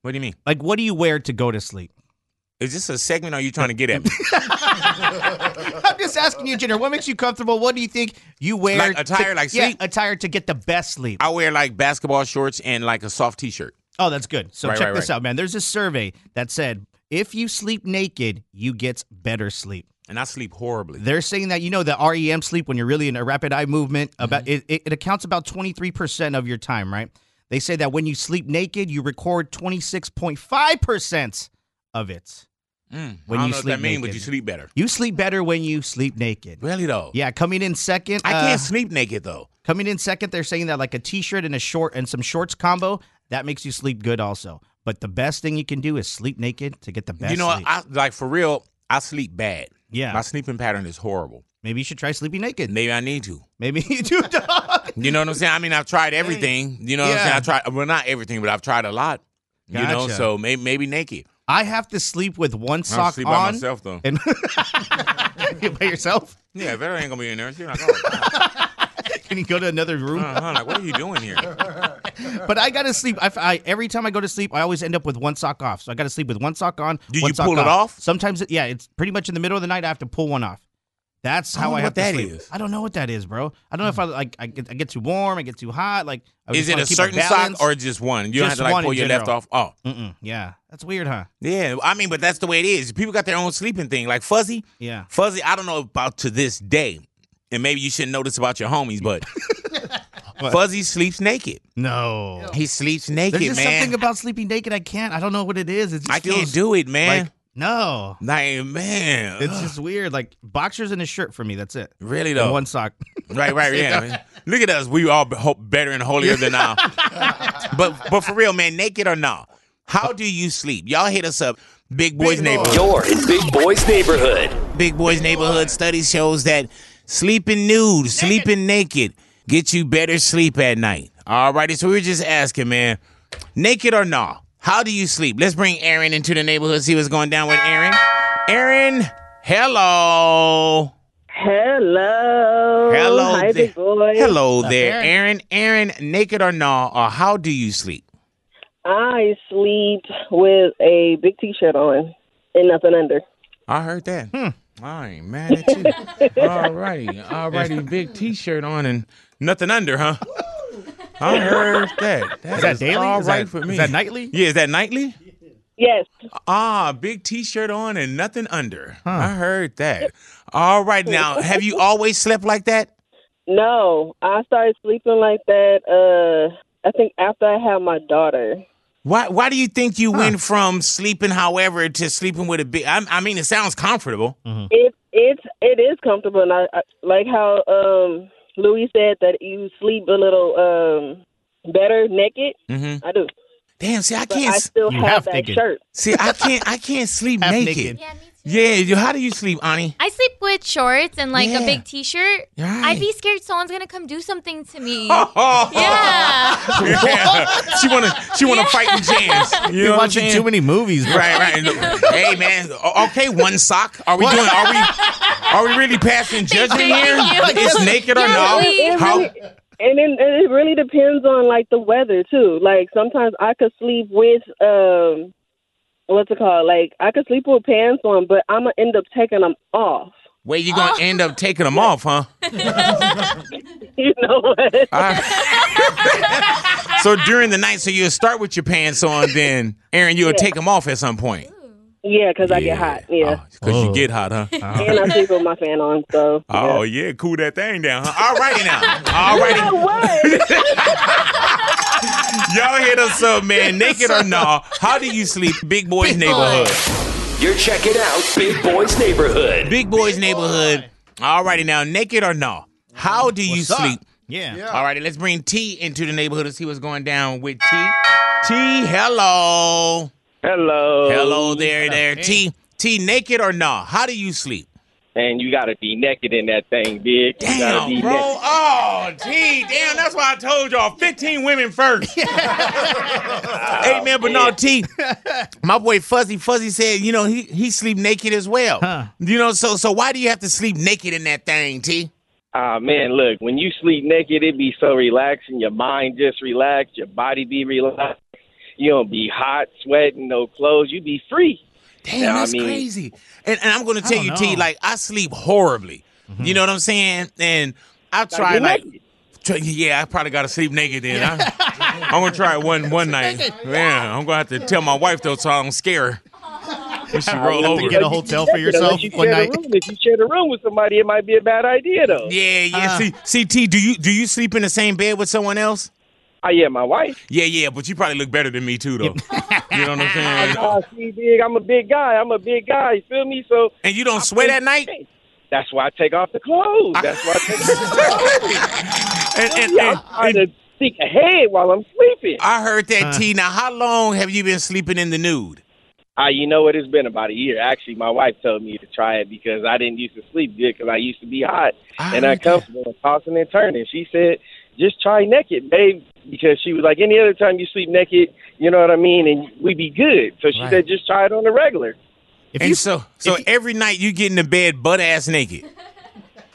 Speaker 1: What do you mean?
Speaker 7: Like, what do you *laughs* wear to go to sleep?
Speaker 1: Is this a segment or are you trying to get at me?
Speaker 7: I'm just asking you, Jenner. What makes you comfortable? What do you think *laughs* you wear?
Speaker 1: Like attire,
Speaker 7: to,
Speaker 1: like
Speaker 7: yeah,
Speaker 1: sleep?
Speaker 7: attire to get the best sleep.
Speaker 1: I wear like basketball shorts and like a soft t shirt.
Speaker 7: Oh, that's good. So
Speaker 1: Right,
Speaker 7: check
Speaker 1: right,
Speaker 7: this
Speaker 1: right.
Speaker 7: out, man. There's a survey that said if you sleep naked, you get better sleep.
Speaker 1: And I sleep horribly.
Speaker 7: They're saying that you know the REM sleep when you're really in a rapid eye movement about
Speaker 1: Mm-hmm.
Speaker 7: it, it, it accounts about 23% of your time, right? They say that when you sleep naked, you record 26.5% of it.
Speaker 1: Mm,
Speaker 7: When
Speaker 1: I don't
Speaker 7: you
Speaker 1: know what
Speaker 7: sleep
Speaker 1: that means, but
Speaker 7: naked.
Speaker 1: you sleep better.
Speaker 7: You sleep better when you sleep naked.
Speaker 1: Really though?
Speaker 7: Yeah, coming in second.
Speaker 1: I
Speaker 7: uh,
Speaker 1: can't sleep naked though.
Speaker 7: Coming in second, they're saying that like a t-shirt and a short and some shorts combo that makes you sleep good also. But the best thing you can do is sleep naked to get the best.
Speaker 1: you know,
Speaker 7: sleep.
Speaker 1: I like for real, I sleep bad.
Speaker 7: Yeah.
Speaker 1: My sleeping pattern is horrible.
Speaker 7: maybe you should try sleeping naked.
Speaker 1: Maybe I need to.
Speaker 7: Maybe you
Speaker 1: *laughs*
Speaker 7: do. dog.
Speaker 1: You know what I'm saying? I mean, I've tried everything. You know what
Speaker 7: Yeah.
Speaker 1: I'm saying? I tried well not everything, but I've tried a lot. You know,
Speaker 7: Gotcha.
Speaker 1: so maybe maybe naked.
Speaker 7: I have to sleep with one
Speaker 1: I
Speaker 7: sock
Speaker 1: sleep
Speaker 7: on.
Speaker 1: by myself though.
Speaker 7: And you by *laughs* yourself?
Speaker 1: yeah, Vera ain't gonna be in there. She's like, oh,
Speaker 7: Can you go to another room?
Speaker 1: uh, huh, like, what are you doing here?
Speaker 7: *laughs* But I gotta sleep. I, I- every time I go to sleep, I always end up with one sock off. So I gotta sleep with one sock on.
Speaker 1: Do
Speaker 7: one
Speaker 1: you
Speaker 7: sock
Speaker 1: pull it off?
Speaker 7: Sometimes, it, yeah, it's pretty much in the middle of the night. I have to pull one off. That's
Speaker 1: I
Speaker 7: how I,
Speaker 1: wonder what
Speaker 7: have to
Speaker 1: that
Speaker 7: sleep.
Speaker 1: is.
Speaker 7: I don't know what that is, bro. I don't know if I like. I get, I get too warm. I get too hot. Like, I
Speaker 1: Is
Speaker 7: just
Speaker 1: it
Speaker 7: wanna
Speaker 1: a
Speaker 7: keep
Speaker 1: certain sock
Speaker 7: balance.
Speaker 1: or just one? You don't have
Speaker 7: Just
Speaker 1: to like
Speaker 7: one
Speaker 1: pull
Speaker 7: in
Speaker 1: your left
Speaker 7: general.
Speaker 1: off. Oh.
Speaker 7: Mm-mm, yeah, that's weird, huh?
Speaker 1: Yeah, I mean, but that's the way it is. People got their own sleeping thing. Like Fuzzy,
Speaker 7: Yeah.
Speaker 1: Fuzzy, I don't know about to this day, and maybe you shouldn't notice about your homies, but
Speaker 7: *laughs* What?
Speaker 1: Fuzzy sleeps naked.
Speaker 7: No,
Speaker 1: He sleeps
Speaker 7: there's
Speaker 1: naked,
Speaker 7: just
Speaker 1: man.
Speaker 7: something about sleeping naked. I can't. I don't know what it is. It just
Speaker 1: I can't
Speaker 7: feels
Speaker 1: do it, man.
Speaker 7: Like, no,
Speaker 1: Like, man,
Speaker 7: it's just weird. Like boxers and a shirt for me. That's it.
Speaker 1: really
Speaker 7: And
Speaker 1: though.
Speaker 7: one sock. *laughs*
Speaker 1: right, right, yeah. Look at us. We all be- hope better and holier
Speaker 7: *laughs*
Speaker 1: than now. but but for real, man, naked or not, how do you sleep? Y'all hit us up, Big Boys Neighborhood.
Speaker 9: You're in Big Boy's Neighborhood.
Speaker 1: Big Boys Neighborhood study shows that sleeping nude, sleeping naked, gets you better sleep at night. All righty, so we were just asking, man, naked or nah? How do you sleep? Let's bring Aaron into the neighborhood, see what's going down with Aaron. Aaron, hello.
Speaker 16: Hello.
Speaker 1: Hello.
Speaker 16: Hi,
Speaker 1: there.
Speaker 16: big boy.
Speaker 1: Hello there, Aaron. Aaron, naked or nah, or how do you sleep?
Speaker 16: I sleep with a big t shirt on and nothing under.
Speaker 1: I heard that. Hmm. I ain't mad
Speaker 7: *laughs*
Speaker 1: at you. all righty, all righty. Big T-shirt on and nothing under,
Speaker 7: *laughs*
Speaker 1: huh? I heard that. That is
Speaker 7: Is that daily?
Speaker 1: All
Speaker 7: Is
Speaker 1: right
Speaker 7: that-
Speaker 1: for
Speaker 7: is
Speaker 1: me.
Speaker 7: that nightly?
Speaker 1: Yeah, is that nightly?
Speaker 16: Yes.
Speaker 1: Ah, big T-shirt on and nothing under. I heard that. All right, now have you always slept like that?
Speaker 16: No, Oh, I started sleeping like that. Uh, I think after I had my daughter.
Speaker 1: Why Why do you think you went from sleeping, however, to sleeping with a big? I, I mean, it sounds comfortable.
Speaker 7: Mm-hmm.
Speaker 16: It it's it is comfortable, and I, I like how um Louis said that you sleep a little um better naked.
Speaker 1: Mhm.
Speaker 16: I do.
Speaker 1: Damn, see, I
Speaker 16: But
Speaker 1: can't.
Speaker 16: I still have, that shirt.
Speaker 1: See, I can't. I can't sleep naked. Yeah, you- how do you sleep, Ani? *laughs*
Speaker 8: I sleep with shorts and like
Speaker 1: Yeah.
Speaker 8: a big T-shirt.
Speaker 1: You're right.
Speaker 8: I'd be scared someone's gonna come do something to
Speaker 1: *laughs*
Speaker 8: me.
Speaker 1: Yeah. she wanna she wanna fight the jams. You
Speaker 7: You're
Speaker 1: know what I'm
Speaker 7: watching
Speaker 1: saying?
Speaker 7: too many movies, bro.
Speaker 1: Right, right. hey man, o- okay, one sock. Are we
Speaker 7: What?
Speaker 1: doing? Are we? Are we really *laughs* passing judgment here? It's naked or
Speaker 16: Yeah,
Speaker 1: no?
Speaker 16: it- it
Speaker 1: How?
Speaker 16: really- and then and it really depends on like the weather too. Like sometimes I could sleep with um, what's it called? Like I could sleep with pants on, but I'm gonna end up taking them off.
Speaker 1: Wait, you gonna end up taking them off, *laughs* huh?
Speaker 16: You know what?
Speaker 1: *laughs* So during the night, so you'll start with your pants on, then Aaron, you'll
Speaker 16: Yeah.
Speaker 1: take them off at some point
Speaker 16: Yeah, because I get hot. Yeah,
Speaker 1: because you get hot, huh?
Speaker 16: *laughs* and I sleep with my fan on. So
Speaker 1: Oh *laughs* yeah, cool that thing down. Huh? Uh-huh. All righty now. All righty. *laughs* Y'all hit us up, man. Naked or no? How do you sleep, Big Boys Neighborhood?
Speaker 9: You're checking out Big Boys Neighborhood.
Speaker 1: Big Boys Neighborhood. All righty now. Naked or no? How do you
Speaker 9: up?
Speaker 1: sleep?
Speaker 7: Yeah.
Speaker 1: All righty. Let's bring T into the neighborhood to see what's going down with T. T. Hello.
Speaker 21: Hello.
Speaker 1: Hello there, there. T. T. Naked or no? How do you sleep?
Speaker 21: And you gotta be naked in that thing, big. Damn, you gotta be
Speaker 1: Bro,
Speaker 21: naked.
Speaker 1: oh, gee, damn, that's why I told y'all 15 women
Speaker 21: *laughs*
Speaker 1: first. hey, man, but no, T, my boy Fuzzy Fuzzy said, you know, he, he sleep naked as well. You know, so so why do you have to sleep naked in that thing, T?
Speaker 21: Ah man, look, when you sleep naked, it be so relaxing. Your mind just relaxed, your body be relaxed. You don't be hot, sweating, no clothes. You be free.
Speaker 1: Damn,
Speaker 21: You know what I
Speaker 1: that's
Speaker 21: mean?
Speaker 1: crazy. And, and I'm going to tell
Speaker 21: don't
Speaker 1: you, T,
Speaker 21: know. Mm-hmm.
Speaker 1: like, I sleep horribly. You know what I'm saying? And I try,
Speaker 21: you're
Speaker 1: like, try- yeah, I probably got to sleep naked then. I, I'm going to try it one, one night. Man, I'm going to have to tell my wife, though, so I don't scare her. We should roll over.
Speaker 21: Unless you share the room. If you share the room with somebody, it might be a bad idea though.
Speaker 1: Yeah, yeah. see, see, T, do you do you sleep in the same bed with someone else?
Speaker 21: Oh yeah, my wife.
Speaker 1: Yeah, yeah, but you probably look better than me too, though. you know what I'm saying?
Speaker 21: Ah, see, big. I'm a big guy. I'm a big guy. You feel me? So
Speaker 1: and you don't sweat at night.
Speaker 21: That's why I take off the clothes. That's why I take off
Speaker 1: *laughs*
Speaker 21: the
Speaker 1: clothes. and,
Speaker 21: I'm trying to think ahead while I'm sleeping.
Speaker 1: I heard that, T. Now, how long have you been sleeping in the nude?
Speaker 21: Ah, you know what? It's been about a year. Actually, my wife told me to try it because I didn't used to sleep good because I used to be hot
Speaker 1: I
Speaker 21: and
Speaker 1: heard
Speaker 21: uncomfortable and tossing and turning. She said, just try naked, babe, because she was like, any other time you sleep naked, you know what I mean, and we be good. So she
Speaker 1: Right.
Speaker 21: said, just try it on the regular.
Speaker 1: and so, so every night you get in the bed butt ass naked.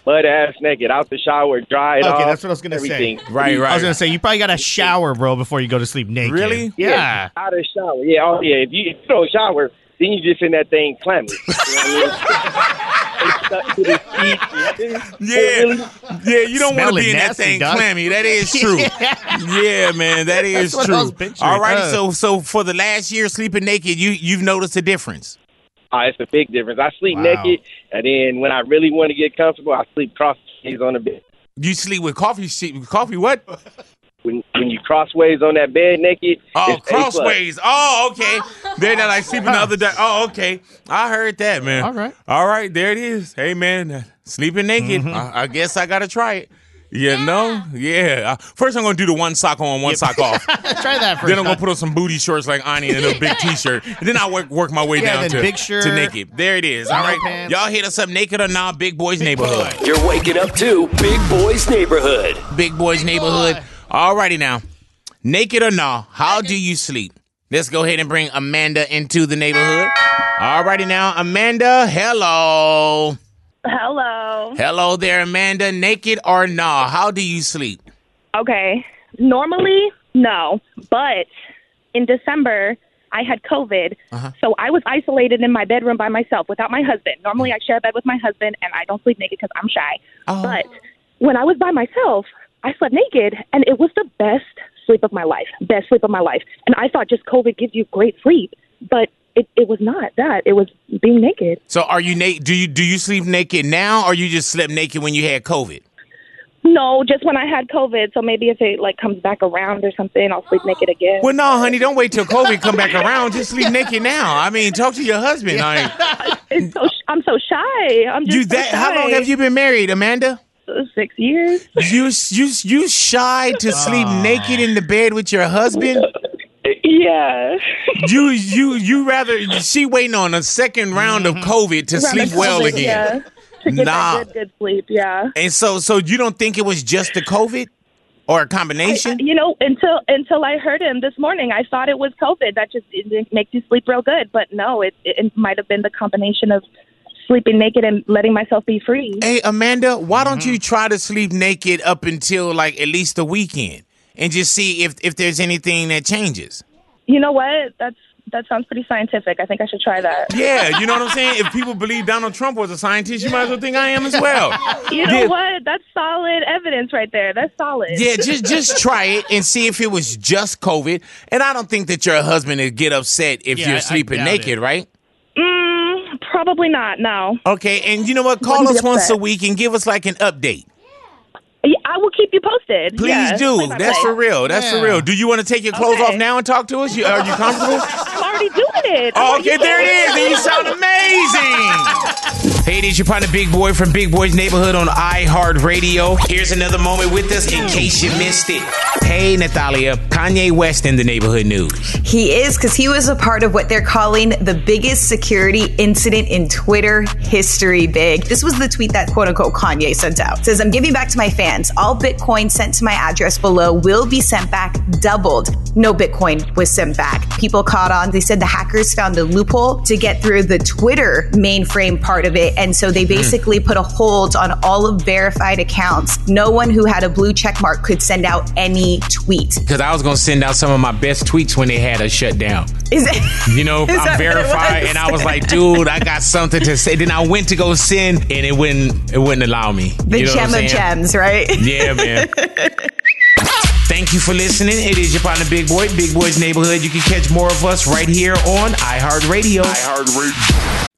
Speaker 21: Butt ass naked, out the shower, dry it
Speaker 7: Okay,
Speaker 21: off.
Speaker 7: that's what I was gonna
Speaker 21: everything.
Speaker 7: say. I was gonna say you probably got to shower, bro, before you go to sleep naked. Really?
Speaker 21: Yeah.
Speaker 7: Yeah.
Speaker 21: Out of the shower. Yeah. Oh, yeah. If you, if you don't shower, then you just in that thing
Speaker 7: *laughs*
Speaker 21: clammy. You know what I mean? *laughs* It's stuck to the
Speaker 16: *laughs*
Speaker 21: feet.
Speaker 1: Yeah, yeah. You don't want to
Speaker 21: Smelling
Speaker 1: be in that
Speaker 21: nasty,
Speaker 1: thing
Speaker 21: dog.
Speaker 1: clammy. That is
Speaker 21: *laughs*
Speaker 1: true. yeah, man, that is
Speaker 21: That's what I
Speaker 1: true.
Speaker 21: was picturing.
Speaker 1: All right,
Speaker 21: Uh.
Speaker 1: so so for the last year sleeping naked, you you've noticed a difference.
Speaker 21: Ah, it's a big difference. I sleep
Speaker 1: Wow.
Speaker 21: naked, and then when I really want to get comfortable, I sleep crossways on the bed.
Speaker 1: You sleep with coffee sheet, coffee what?
Speaker 21: When when you crossways on that bed naked.
Speaker 1: Oh,
Speaker 21: it's A plus.
Speaker 1: crossways. Oh, okay. They're not like sleeping the other day. Oh, okay. I heard that, man. All right. All right. There it is. Hey, man. Sleeping naked.
Speaker 21: Mm-hmm.
Speaker 1: I, I guess I got to try it. You know? Yeah. Uh, First, I'm going to do the one sock on, one sock off.
Speaker 7: *laughs* Try that first.
Speaker 1: Then I'm gonna put on some booty shorts like Ani and
Speaker 7: *laughs*
Speaker 1: a big T-shirt. And then I work work my way
Speaker 7: Yeah,
Speaker 1: down
Speaker 7: then
Speaker 1: to,
Speaker 7: big shirt.
Speaker 1: to naked. There it is. All
Speaker 7: No
Speaker 1: right,
Speaker 7: pants.
Speaker 1: y'all hit us up naked or not, Big Boys Neighborhood.
Speaker 9: You're waking up to Big Boys Neighborhood.
Speaker 1: Big Boys Neighborhood. All righty now, naked or not, how do you sleep? Let's go ahead and bring Amanda into the neighborhood. All righty now, Amanda. Hello,
Speaker 22: Hello.
Speaker 1: hello there, Amanda. Naked or not, how do you sleep?
Speaker 22: Okay. Normally, no, but in December, I had COVID, so I was isolated in my bedroom by myself without my husband. Normally, I share a bed with my husband, and I don't sleep naked because I'm shy. But when I was by myself, I slept naked, and it was the best sleep of my life. Best sleep of my life. And I thought just COVID gives you great sleep, but it, it was not that. It was being naked.
Speaker 1: So, are you na- do you do you sleep naked now, or you just slept naked when you had COVID?
Speaker 22: No, just when I had COVID. So maybe if it like comes back around or something, I'll sleep naked again.
Speaker 1: Well, no, honey, don't wait till COVID come back around. Just sleep naked now. I mean, talk to your husband. Like,
Speaker 22: *laughs* It's so, sh- I'm so shy. I'm just
Speaker 1: you
Speaker 22: so
Speaker 1: that? How long
Speaker 22: shy.
Speaker 1: have you been married, Amanda?
Speaker 22: Six years.
Speaker 1: You you you shy to sleep naked in the bed with your husband?
Speaker 22: Yeah.
Speaker 1: You you you rather she waiting on a second round
Speaker 22: Mm-hmm.
Speaker 1: of COVID to
Speaker 22: Around
Speaker 1: sleep
Speaker 22: the
Speaker 1: well
Speaker 22: time,
Speaker 1: again.
Speaker 22: yeah. To get
Speaker 1: Nah.
Speaker 22: that good, good sleep. Yeah.
Speaker 1: And so so you don't think it was just the COVID or a combination?
Speaker 22: You know, until until I heard him this morning, I thought it was COVID. That just it didn't make you sleep real good. But no, it it might have been the combination of sleeping naked and letting myself be free.
Speaker 1: Hey, Amanda, why don't you
Speaker 22: Mm-hmm.
Speaker 1: try to sleep naked up until like at least the weekend and just see if if there's anything that changes?
Speaker 22: You know what? That's that sounds pretty scientific. I think I should try that.
Speaker 1: Yeah, you know what I'm saying? If people believe Donald Trump was a scientist, you might as well think I am as well.
Speaker 22: *laughs* You know
Speaker 1: Yeah.
Speaker 22: what? That's solid evidence right there. That's solid.
Speaker 1: Yeah, just just try it and see if it was just COVID. And I don't think that your husband would get upset if
Speaker 22: Yeah, I- I
Speaker 1: you're sleeping
Speaker 22: doubt
Speaker 1: naked,
Speaker 22: it.
Speaker 1: right?
Speaker 22: Mm, probably not. No.
Speaker 1: Okay, and you know what? Call
Speaker 22: Wouldn't be
Speaker 1: us once a
Speaker 22: upset.
Speaker 1: week and give us like an update.
Speaker 22: Yeah, I will keep you posted.
Speaker 1: Please
Speaker 22: Yeah,
Speaker 1: do.
Speaker 22: play by
Speaker 1: That's
Speaker 22: play.
Speaker 1: for real. That's for real. Do you want to take your clothes off now and talk to us? You, are you comfortable?
Speaker 22: I'm already doing it.
Speaker 1: Oh,
Speaker 22: I'm
Speaker 1: okay,
Speaker 22: already
Speaker 1: there it
Speaker 22: doing
Speaker 1: is. Then you sound
Speaker 22: *laughs*
Speaker 1: amazing. *laughs* Hey, it is your partner, Big Boy from Big Boy's Neighborhood on iHeartRadio. Here's another moment with us in case you missed it. Hey, Natalia, Kanye West in the neighborhood news.
Speaker 2: He is because he was a part of what they're calling the biggest security incident in Twitter history. Big. This was the tweet that quote unquote Kanye sent out. It says, I'm giving back to my fans. All Bitcoin sent to my address below will be sent back doubled. No Bitcoin was sent back. People caught on. They said the hackers found a loophole to get through the Twitter mainframe part of it. And so they basically put a hold on all of verified accounts. No one who had a blue check mark could send out any tweet.
Speaker 1: Because I was going to send out some of my best tweets when they had us shut down.
Speaker 2: Is it?
Speaker 1: You know,
Speaker 2: Is
Speaker 1: I'm
Speaker 2: that what it
Speaker 1: verified,
Speaker 2: was?
Speaker 1: and I was like, dude, I got something to say. Then I went to go send, and it wouldn't, it wouldn't allow me.
Speaker 2: The
Speaker 1: You know what I'm
Speaker 2: gem
Speaker 1: saying?
Speaker 2: of gems, right?
Speaker 1: Yeah, man. Thank you for listening. It is your partner, Big Boy, Big Boy's Neighborhood. You can catch more of us right here on iHeartRadio. iHeartRadio.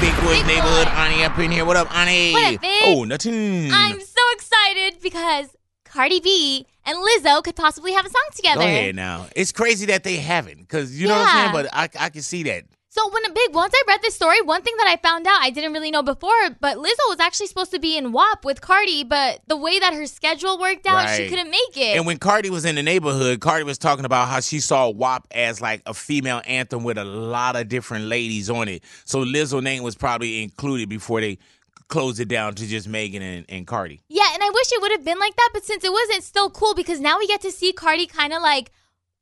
Speaker 1: Big Boy's Neighborhood, Ani up in here. What up, Ani?
Speaker 8: What up, Big?
Speaker 1: Oh, nothing.
Speaker 8: I'm so excited because Cardi B and Lizzo could possibly have a song together.
Speaker 1: Go ahead now. It's crazy that they haven't, because you know what I'm
Speaker 8: Yeah.
Speaker 1: saying? But I, I can see that.
Speaker 8: So when a big once I read this story, one thing that I found out I didn't really know before, but Lizzo was actually supposed to be in WAP with Cardi, but the way that her schedule worked out, she
Speaker 1: Right.
Speaker 8: couldn't make it.
Speaker 1: And when Cardi was in the neighborhood, Cardi was talking about how she saw WAP as like a female anthem with a lot of different ladies on it. So Lizzo name was probably included before they closed it down to just Megan and, and Cardi.
Speaker 8: yeah, and I wish it would have been like that, but since it wasn't, it's still cool because now we get to see Cardi kind of like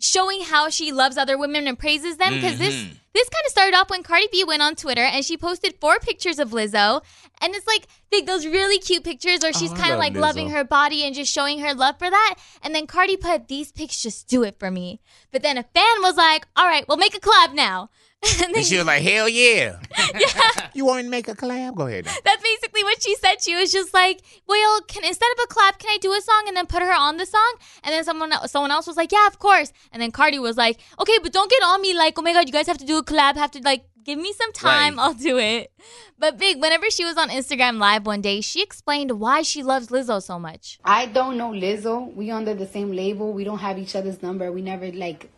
Speaker 8: showing how she loves other women and praises them because
Speaker 1: Mm-hmm.
Speaker 8: this
Speaker 10: Mhm.
Speaker 8: this kind of started off when Cardi B went on Twitter and she posted four pictures of Lizzo, and it's like they, those really cute pictures
Speaker 1: Oh,
Speaker 8: where she's
Speaker 10: I
Speaker 8: kind of
Speaker 10: love
Speaker 8: like
Speaker 10: Lizzo.
Speaker 8: loving her body and just showing her love for that. And then Cardi put these pics just do it for me. But then a fan was like, "All right, we'll make a collab now." *laughs* and
Speaker 1: And
Speaker 8: then
Speaker 1: she was like,
Speaker 8: *laughs*
Speaker 1: hell yeah. *laughs* You want me to make a collab? Go ahead.
Speaker 8: that's basically what she said. She was just like, "Well, can instead of a collab, can I do a song and then put her on the song?" And then someone el- someone else was like, "Yeah, of course." And then Cardi was like, "Okay, but don't get on me like, oh my god, you guys have to do a collab. Have to like give me some time.
Speaker 23: Right.
Speaker 8: I'll do it." But big, whenever she was on Instagram Live one day, she explained why she loves Lizzo so much.
Speaker 23: I don't know Lizzo. We under the same label. We don't have each other's number. We never like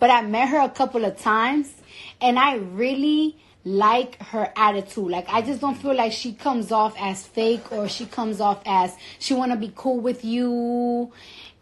Speaker 23: but I met her a couple of times and I really like her attitude. Like I just don't feel like she comes off as fake or she comes off as she want to be cool with you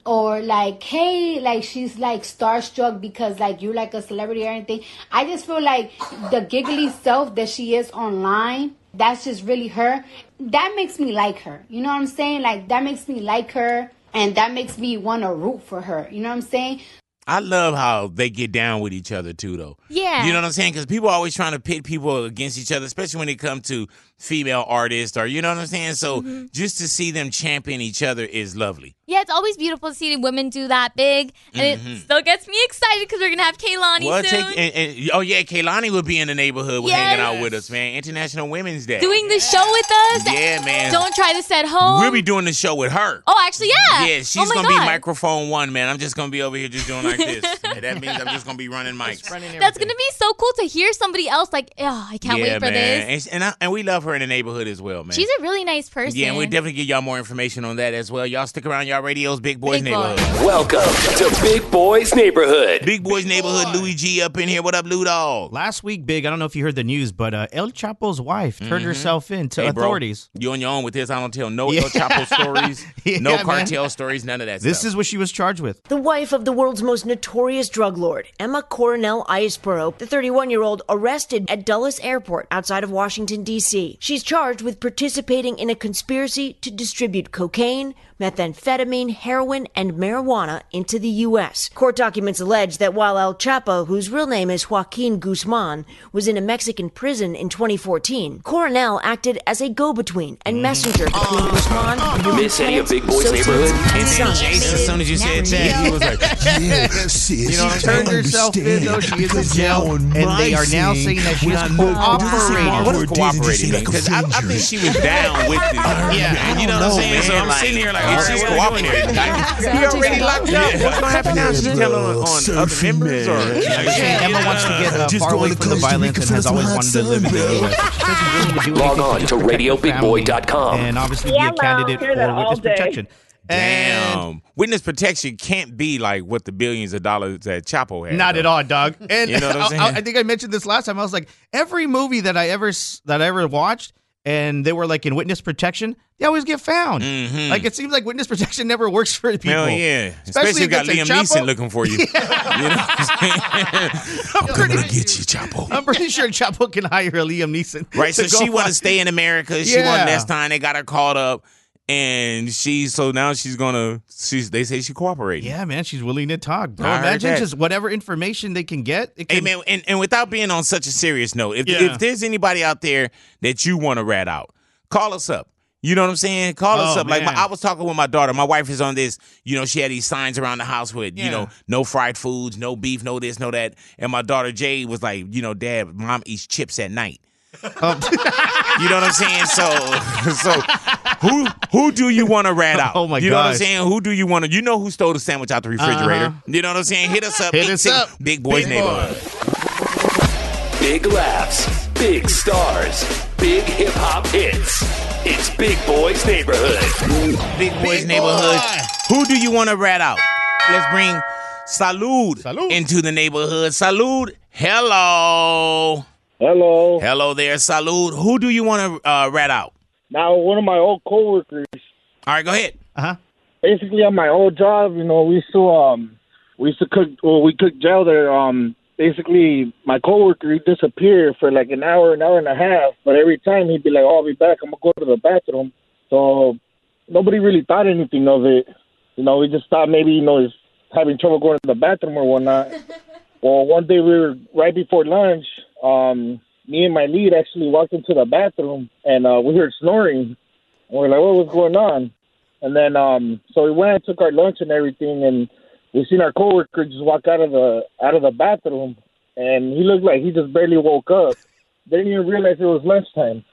Speaker 23: or like hey like she's like starstruck because like you're like a celebrity or anything i just feel like the giggly self that she is online that's just really her that makes me like her you know what i'm saying like that makes me like her and that makes me want to root for her you know what i'm saying
Speaker 1: I love how they get down with each other too, though.
Speaker 23: Yeah.
Speaker 1: You know what I'm saying? Because people are always trying to pit people against each other, especially when it comes to female artists or, you know what I'm saying? So
Speaker 8: Mhm.
Speaker 1: just to see them champion each other is lovely.
Speaker 8: Yeah, it's always beautiful to see women do that big, and it
Speaker 1: Mhm.
Speaker 8: still gets me excited because we're gonna have Kaylani
Speaker 1: Well,
Speaker 8: soon
Speaker 1: take, and, and- oh, yeah, Kaylani would be in the neighborhood with hanging out
Speaker 8: Yes.
Speaker 1: with us, man. International Women's Day.
Speaker 8: doing the show with us.
Speaker 1: Yeah, man.
Speaker 8: Don't try this at home.
Speaker 1: We'll be doing the show with her.
Speaker 8: oh, actually, yeah.
Speaker 1: Yeah, she's
Speaker 8: oh my
Speaker 1: gonna
Speaker 8: God.
Speaker 1: be microphone one, man. I'm just gonna be over here just doing
Speaker 8: *laughs*
Speaker 1: like this. And that means I'm just gonna be running mics.
Speaker 8: That's gonna be so cool to hear somebody else. Like, oh, I can't
Speaker 1: yeah,
Speaker 8: wait for
Speaker 1: man.
Speaker 8: this.
Speaker 1: And, sh- and, I, and we love her in the neighborhood as well, man.
Speaker 8: She's a really nice person.
Speaker 1: Yeah, and we'll definitely give y'all more information on that as well. Y'all stick around, y'all radios, Big Boys Neighborhood.
Speaker 9: Welcome to Big Boys Neighborhood.
Speaker 1: Big Boys Neighborhood, Louis G up in here. What up, Lou Dog?
Speaker 7: Last week, Big, I don't know if you heard the news, but uh, El Chapo's wife turned
Speaker 1: Mhm.
Speaker 7: herself in to
Speaker 1: Hey, bro,
Speaker 7: authorities.
Speaker 1: you on your own with this. I don't tell no
Speaker 7: Yeah.
Speaker 1: El Chapo stories, no
Speaker 7: Yeah, man.
Speaker 1: cartel stories, none of that
Speaker 7: This
Speaker 1: stuff.
Speaker 7: is what she was charged with.
Speaker 24: The wife of the world's most notorious drug lord, Emma Coronel Iasborough, the 31 year old, arrested at Dulles Airport outside of Washington, D.C. She's charged with participating in a conspiracy to distribute cocaine, methamphetamine, heroin, and marijuana into the U.S. Court documents allege that while El Chapo, whose real name is Joaquin Guzman, was in a Mexican prison in 2014, Coronel acted as a go between and messenger between Guzman and the
Speaker 9: Miss any of Big Boys
Speaker 24: associates
Speaker 9: Neighborhood?
Speaker 24: and sons.
Speaker 1: As soon as you said that, he was like, *laughs*
Speaker 25: yes,
Speaker 1: You know what I'm *laughs*
Speaker 25: she
Speaker 1: saying?
Speaker 25: turned herself in, though. She is in jail, and they are now saying that she
Speaker 1: she's
Speaker 25: is cooperating.
Speaker 1: What is cooperating? Because I, I think she was down with it. Yeah, you know what I'm saying? so I'm sitting here like, if she's cooperating, like,
Speaker 25: He
Speaker 1: already locked up. What's gonna happen now? She's telling on, on other members, or
Speaker 7: Emma wants to get uh, far away from the violence and has always wanted to live in the
Speaker 1: *laughs*
Speaker 7: U.S.
Speaker 9: Log on to RadioBigBoy.com.
Speaker 7: and obviously be a candidate for witness protection.
Speaker 1: Damn. Witness protection can't be like what the billions of dollars that Chapo had.
Speaker 7: Not at all, dog. And
Speaker 1: *laughs* You know what
Speaker 7: *laughs*
Speaker 1: I'm
Speaker 7: I-
Speaker 1: saying?
Speaker 7: I, I think I mentioned this last time. I was like, every movie that I ever s- that I ever watched, and they were like in witness protection, they always get found. Like it seems like witness *laughs* protection never works for people.
Speaker 1: Mm-hmm. Hell yeah. Especially, if you got
Speaker 7: if
Speaker 1: Liam
Speaker 7: it's a Chapo.
Speaker 1: Neeson looking for
Speaker 7: *laughs*
Speaker 1: you. You know what I'm saying? I'm gonna get you, Chapo.
Speaker 7: I'm pretty sure Chapo can hire a Liam Neeson.
Speaker 1: Right, so
Speaker 7: to go
Speaker 1: she want
Speaker 7: find-
Speaker 1: to stay in America. She
Speaker 7: Yeah.
Speaker 1: won last time. They got her caught up, and she so now she's gonna. She's they say she cooperating.
Speaker 7: Yeah, man, she's willing to talk, bro.
Speaker 1: I heard
Speaker 7: Imagine
Speaker 1: that.
Speaker 7: just whatever information they can get. It can,
Speaker 1: Hey
Speaker 7: *laughs*
Speaker 1: man, *laughs* and, and without being on such a serious note, if,
Speaker 7: Yeah.
Speaker 1: if there's anybody out there that you want to rat out, call us up. You know what I'm saying? Call us
Speaker 7: Oh,
Speaker 1: up. Like my,
Speaker 7: man.
Speaker 1: I was talking with my daughter. My wife is on this. You know, she had these signs around the house with you know no fried foods, no beef, no this, no that. And my daughter Jade was like, you know, Dad, Mom eats chips at night.
Speaker 7: Um,
Speaker 1: *laughs* you know what I'm saying? So, *laughs* so who who do you want to rat
Speaker 7: *laughs*
Speaker 1: out?
Speaker 7: Oh, my
Speaker 1: You know what I'm
Speaker 7: gosh.
Speaker 1: saying? Who do you want to? You know who stole the sandwich out the refrigerator?
Speaker 9: Uh-huh.
Speaker 1: You know what I'm saying? Hit us up.
Speaker 9: Hit us up.
Speaker 1: Big boys
Speaker 9: Big
Speaker 1: neighborhood.
Speaker 9: Big laughs, big stars, big hip hop hits. It's Big Boys Neighborhood.
Speaker 1: Big Boys neighborhood. Who do you want to rat out? Let's bring Salud, into the neighborhood. Salud, hello.
Speaker 26: Hello.
Speaker 1: Hello there, Salud. Who do you want to uh, rat out?
Speaker 26: Now, one of my old coworkers.
Speaker 1: All right, go ahead.
Speaker 7: Uh-huh.
Speaker 26: Basically, at my old job, you know, we used to um, we used to cook. Well, we cooked jail there. Um, basically, my coworker he'd disappear for like an hour, an hour and a half. But every time he'd be like, oh, "I'll be back. I'm gonna go to the bathroom." So nobody really thought anything of it. You know, we just thought maybe you know he's having trouble going to the bathroom or whatnot. well, one day we were right before lunch. Um, me and my lead actually walked into the bathroom and uh, we heard snoring. And we're like, what was going on? And then, um, so we went and took our lunch and everything, and we seen our coworker just walk out of the out of the bathroom, and he looked like he just barely woke up. They didn't even realize it was lunchtime.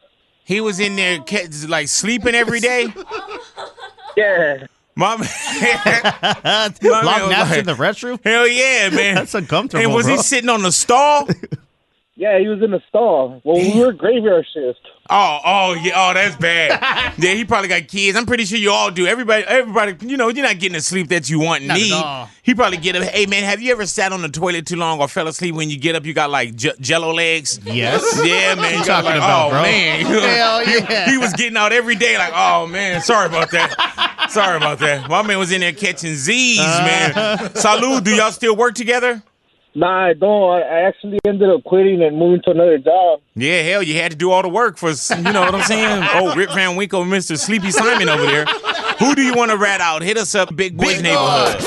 Speaker 1: He was in there ca- like sleeping every day.
Speaker 26: *laughs* Yeah.
Speaker 1: My man, my
Speaker 7: Long
Speaker 1: man was
Speaker 7: naps
Speaker 1: like,
Speaker 7: in the restroom.
Speaker 1: Hell
Speaker 7: *laughs*
Speaker 1: yeah, man.
Speaker 7: That's uncomfortable.
Speaker 1: And was he
Speaker 7: bro.
Speaker 1: sitting on the stall?
Speaker 26: *laughs* Yeah, he was in the stall. Well, we were graveyard shift.
Speaker 1: Oh, oh, yeah, oh,
Speaker 7: *laughs*
Speaker 1: that's bad. yeah, he probably got kids. I'm pretty sure you all do. Everybody, everybody, you know, you're not getting the sleep that you want and
Speaker 26: Not at
Speaker 1: need.
Speaker 26: all.
Speaker 1: He probably get up. Hey, man, have you ever sat on the toilet too long or fell asleep when you get up? You got like j- jello legs.
Speaker 7: Yes.
Speaker 1: *laughs* Yeah, man.
Speaker 7: You
Speaker 1: You got
Speaker 7: talking
Speaker 1: like,
Speaker 7: about,
Speaker 1: oh
Speaker 7: bro?
Speaker 1: man. *laughs*
Speaker 7: Hell yeah.
Speaker 1: He, he was getting out every day. Like, oh man, sorry about that. Sorry about that. My man was in there catching Z's,
Speaker 7: Uh,
Speaker 1: man. *laughs* Salud, do y'all still work together?
Speaker 26: Nah, I don't. I, I actually ended up quitting and moving to another job.
Speaker 1: Yeah, hell, you had to do all the work for, s- you know what I'm saying? Oh, Rip Van Winkle, Mr. Sleepy Simon over there. Who do you want to rat out? Hit us up, Big Boy's Neighborhood.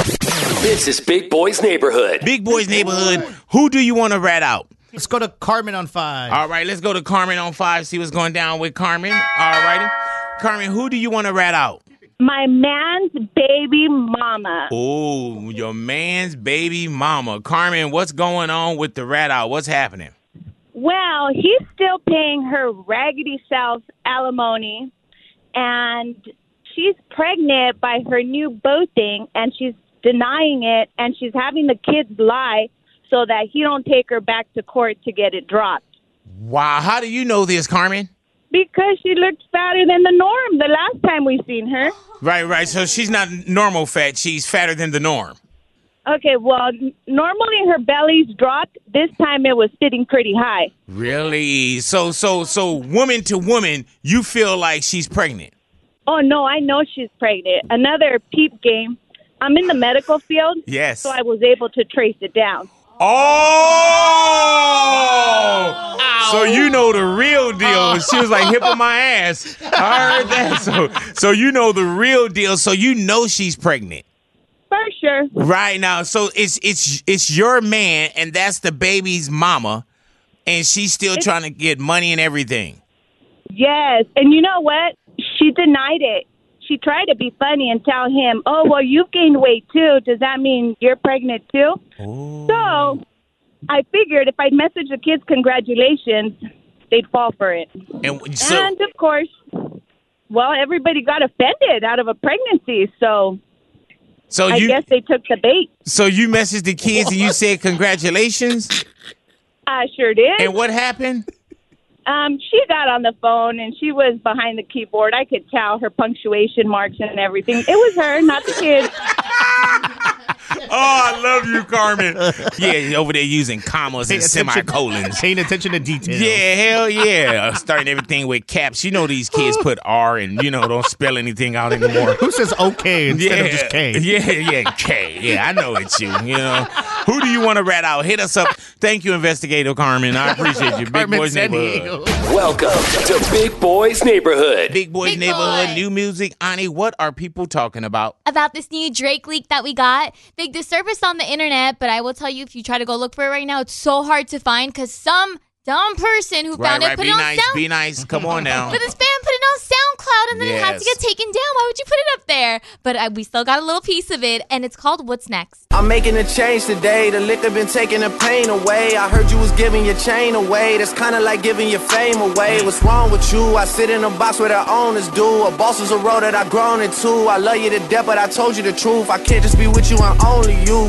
Speaker 9: This is Big Boy's Neighborhood.
Speaker 1: Big Boy's Neighborhood, who do you want to rat out?
Speaker 7: Let's go to Carmen on five.
Speaker 1: All right, let's go to Carmen on five, see what's going down with Carmen. All righty. Carmen, who do you want to rat out?
Speaker 11: My man's baby mama.
Speaker 1: Oh, your man's baby mama. Carmen, what's going on with the rat out? What's happening?
Speaker 11: Well, he's still paying her raggedy self alimony, and she's pregnant by her new beau thing, and she's denying it, and she's having the kids lie so that he don't take her back to court to get it dropped
Speaker 1: Wow, how do you know this, Carmen?
Speaker 11: because she looked fatter than the norm the last time we seen her.
Speaker 1: Right, right. So she's not normal fat. She's fatter than the norm.
Speaker 11: Okay, well, n- normally her belly's dropped. This time it was sitting pretty high.
Speaker 1: Really? So, so, so, woman to woman, you feel like she's pregnant.
Speaker 11: Oh no, I know she's pregnant. Another peep game. I'm in the medical field.
Speaker 1: Yes.
Speaker 11: So I was able to trace it down.
Speaker 1: Oh! So you know the real
Speaker 11: Oh.
Speaker 1: deal. She was like hip on my ass. I
Speaker 11: *laughs*
Speaker 1: heard that. So, so you know the real deal. So you know she's pregnant.
Speaker 11: For sure.
Speaker 1: Right now, so it's it's it's your man, and that's the baby's mama, and she's still trying to get money and everything.
Speaker 11: Yes. And you know what? She denied it. She tried to be funny and tell him, "Oh, well, you've gained weight too. Does that mean you're pregnant too?"
Speaker 1: Oh.
Speaker 11: So, I figured if I message the kids congratulations, they'd fall for it.
Speaker 1: And so,
Speaker 11: and of course, well, everybody got offended out of a pregnancy, so
Speaker 1: so
Speaker 11: I
Speaker 1: you
Speaker 11: guess they took the bait.
Speaker 1: so you messaged the kids and you said congratulations.
Speaker 11: I sure did.
Speaker 1: And what happened?
Speaker 11: Um, she got on the phone and she was behind the keyboard. I could tell her punctuation marks and everything. It was her, not the kid.
Speaker 1: Oh, I love you, Carmen. yeah, over there using commas and semicolons.
Speaker 7: Paying attention to detail.
Speaker 1: Yeah, hell yeah. *laughs* Starting everything with caps. You know these kids put R and you know don't spell anything out *laughs* anymore.
Speaker 7: Who says okay instead of just K?
Speaker 1: Yeah, yeah, K. Yeah, I know it's you. You know, who do you want to rat out? Hit us up. Thank you, Investigator Carmen. I appreciate you, Big
Speaker 9: Carmen
Speaker 1: Boys
Speaker 9: San
Speaker 1: Neighborhood.
Speaker 9: Welcome to Big Boy's Neighborhood.
Speaker 1: Big Boys Neighborhood, new music. Ani, what are people talking about?
Speaker 8: about this new Drake leak that we got. They disserviced on the internet, but I will tell you if you try to go look for it right now, it's so hard to find because some dumb person who
Speaker 1: right,
Speaker 8: found
Speaker 1: right.
Speaker 8: it put
Speaker 1: Be
Speaker 8: it on
Speaker 1: nice.
Speaker 8: Sound-
Speaker 1: Be nice. Come on now.
Speaker 8: *laughs* But this fan put it on SoundCloud and then it had to
Speaker 1: Yes.
Speaker 8: get taken down. Why would you put it up there? But uh, we still got a little piece of it, and it's called What's Next.
Speaker 27: I'm making a change today. The liquor been taking the pain away. I heard you was giving your chain away. That's kinda like giving your fame away. What's wrong with you? I sit in a box where the owners do. A boss is a road that I've grown into. I love you to death, but I told you the truth. I can't just be with you and only you.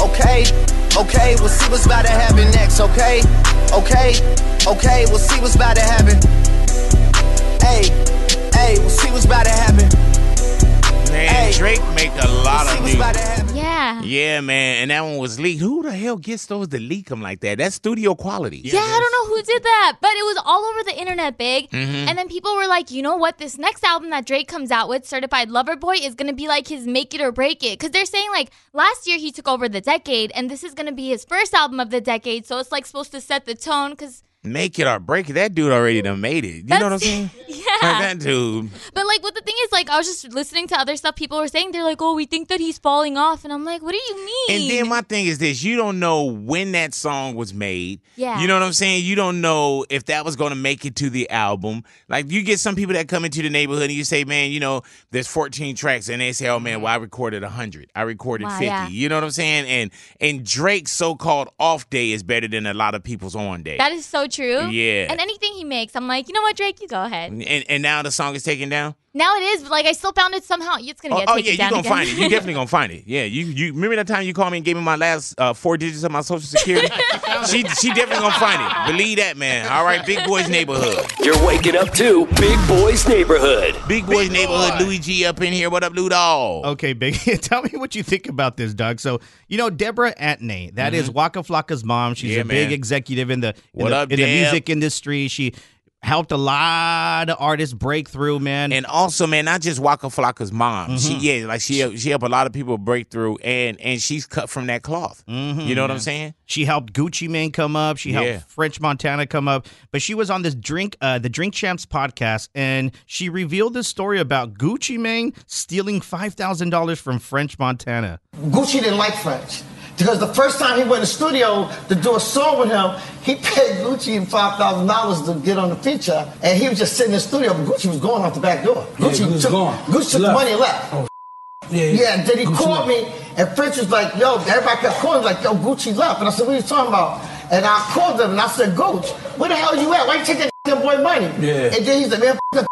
Speaker 27: Okay, okay, we'll see what's about to happen next, okay? Okay, okay, we'll see what's about to happen. Hey, hey, we'll see what's about to happen.
Speaker 1: Man, Drake make a lot of music.
Speaker 8: Yeah.
Speaker 1: Yeah, man, and that one was leaked. Who the hell gets those to leak them like that? That's studio quality.
Speaker 8: Yeah, I don't know who did that, but it was all over the internet big.
Speaker 1: Mhm.
Speaker 8: And then people were like, you know what? This next album that Drake comes out with, Certified Lover Boy, is going to be like his make it or break it. Because they're saying, like, last year he took over the decade, and this is going to be his first album of the decade. So it's like supposed to set the tone. Because,
Speaker 1: Make it or break it. That dude already done made it. You know what I'm saying?
Speaker 8: *laughs* yeah.
Speaker 1: Like, that dude.
Speaker 8: But like, what the thing is, like, I was just listening to other stuff people were saying. They're like, "Oh, we think that he's falling off," and I'm like, "What do you mean?"
Speaker 1: And then my thing is this: you don't know when that song was made.
Speaker 8: Yeah.
Speaker 1: You know what I'm saying? You don't know if that was going to make it to the album. Like you get some people that come into the neighborhood and you say, "Man, you know, there's 14 tracks," and they say, "Oh man, well I recorded 100. I recorded
Speaker 8: Wow,
Speaker 1: 50."
Speaker 8: yeah.
Speaker 1: You know what I'm saying? And and Drake's so-called off day is better than a lot of people's on day.
Speaker 8: that is so true.
Speaker 1: Yeah.
Speaker 8: And anything he makes, I'm like, you know what, Drake, you go ahead.
Speaker 1: and and now the song is taken down.
Speaker 8: Now it is, but like I still found it somehow. It's gonna
Speaker 1: Oh,
Speaker 8: get
Speaker 1: oh,
Speaker 8: taken
Speaker 1: yeah,
Speaker 8: down
Speaker 1: you gonna
Speaker 8: again.
Speaker 1: find it. You definitely gonna find it. Yeah, you you remember that time you called me and gave me my last uh, four digits of my social security? she she definitely gonna find it. Believe that, man. All right, Big Boy's neighborhood.
Speaker 9: You're waking up to Big Boy's neighborhood.
Speaker 1: Big Boy's neighborhood. Louis G up in here. What up, Ludo?
Speaker 7: Okay, Big. *laughs* Tell me what you think about this, Doug. So, you know, Deborah Atney, that is
Speaker 1: Mhm.
Speaker 7: Waka Flocka's mom. She's
Speaker 1: Yeah,
Speaker 7: a big
Speaker 1: man.
Speaker 7: executive in the in,
Speaker 1: What
Speaker 7: the,
Speaker 1: up,
Speaker 7: in the
Speaker 1: Deb?
Speaker 7: music industry. She helped a lot of artists break through, man.
Speaker 1: And also, man, not just Waka Flocka's mom.
Speaker 7: Mhm.
Speaker 1: She yeah, like she she helped a lot of people break through, and and she's cut from that cloth.
Speaker 7: Mhm,
Speaker 1: you know what
Speaker 7: man.
Speaker 1: I'm saying?
Speaker 7: She helped Gucci Mane come up. She
Speaker 1: Yeah.
Speaker 7: helped French Montana come up. But she was on this drink, uh, the Drink Champs podcast, and she revealed this story about Gucci Mane stealing five thousand dollars from French Montana.
Speaker 20: Gucci didn't like French because the first time he went in the studio to do a song with him, he paid Gucci five thousand dollars to get on the feature, and he was just sitting in the studio. But Gucci was going out the back door.
Speaker 13: Yeah,
Speaker 20: Gucci
Speaker 13: he was
Speaker 20: took,
Speaker 13: gone.
Speaker 20: Gucci took the
Speaker 13: Left. Oh,
Speaker 20: money and left.
Speaker 13: Yeah,
Speaker 20: Yeah, and then he
Speaker 13: Gucci
Speaker 20: called
Speaker 13: left.
Speaker 20: me, and French was like, yo, everybody kept calling, like, yo, Gucci left. And I said, what are you talking about? And I called him, and I said, Gucci, where the hell you at? Why you taking that boy money?
Speaker 13: Yeah.
Speaker 20: And then he's like, man,
Speaker 13: *laughs*
Speaker 20: f-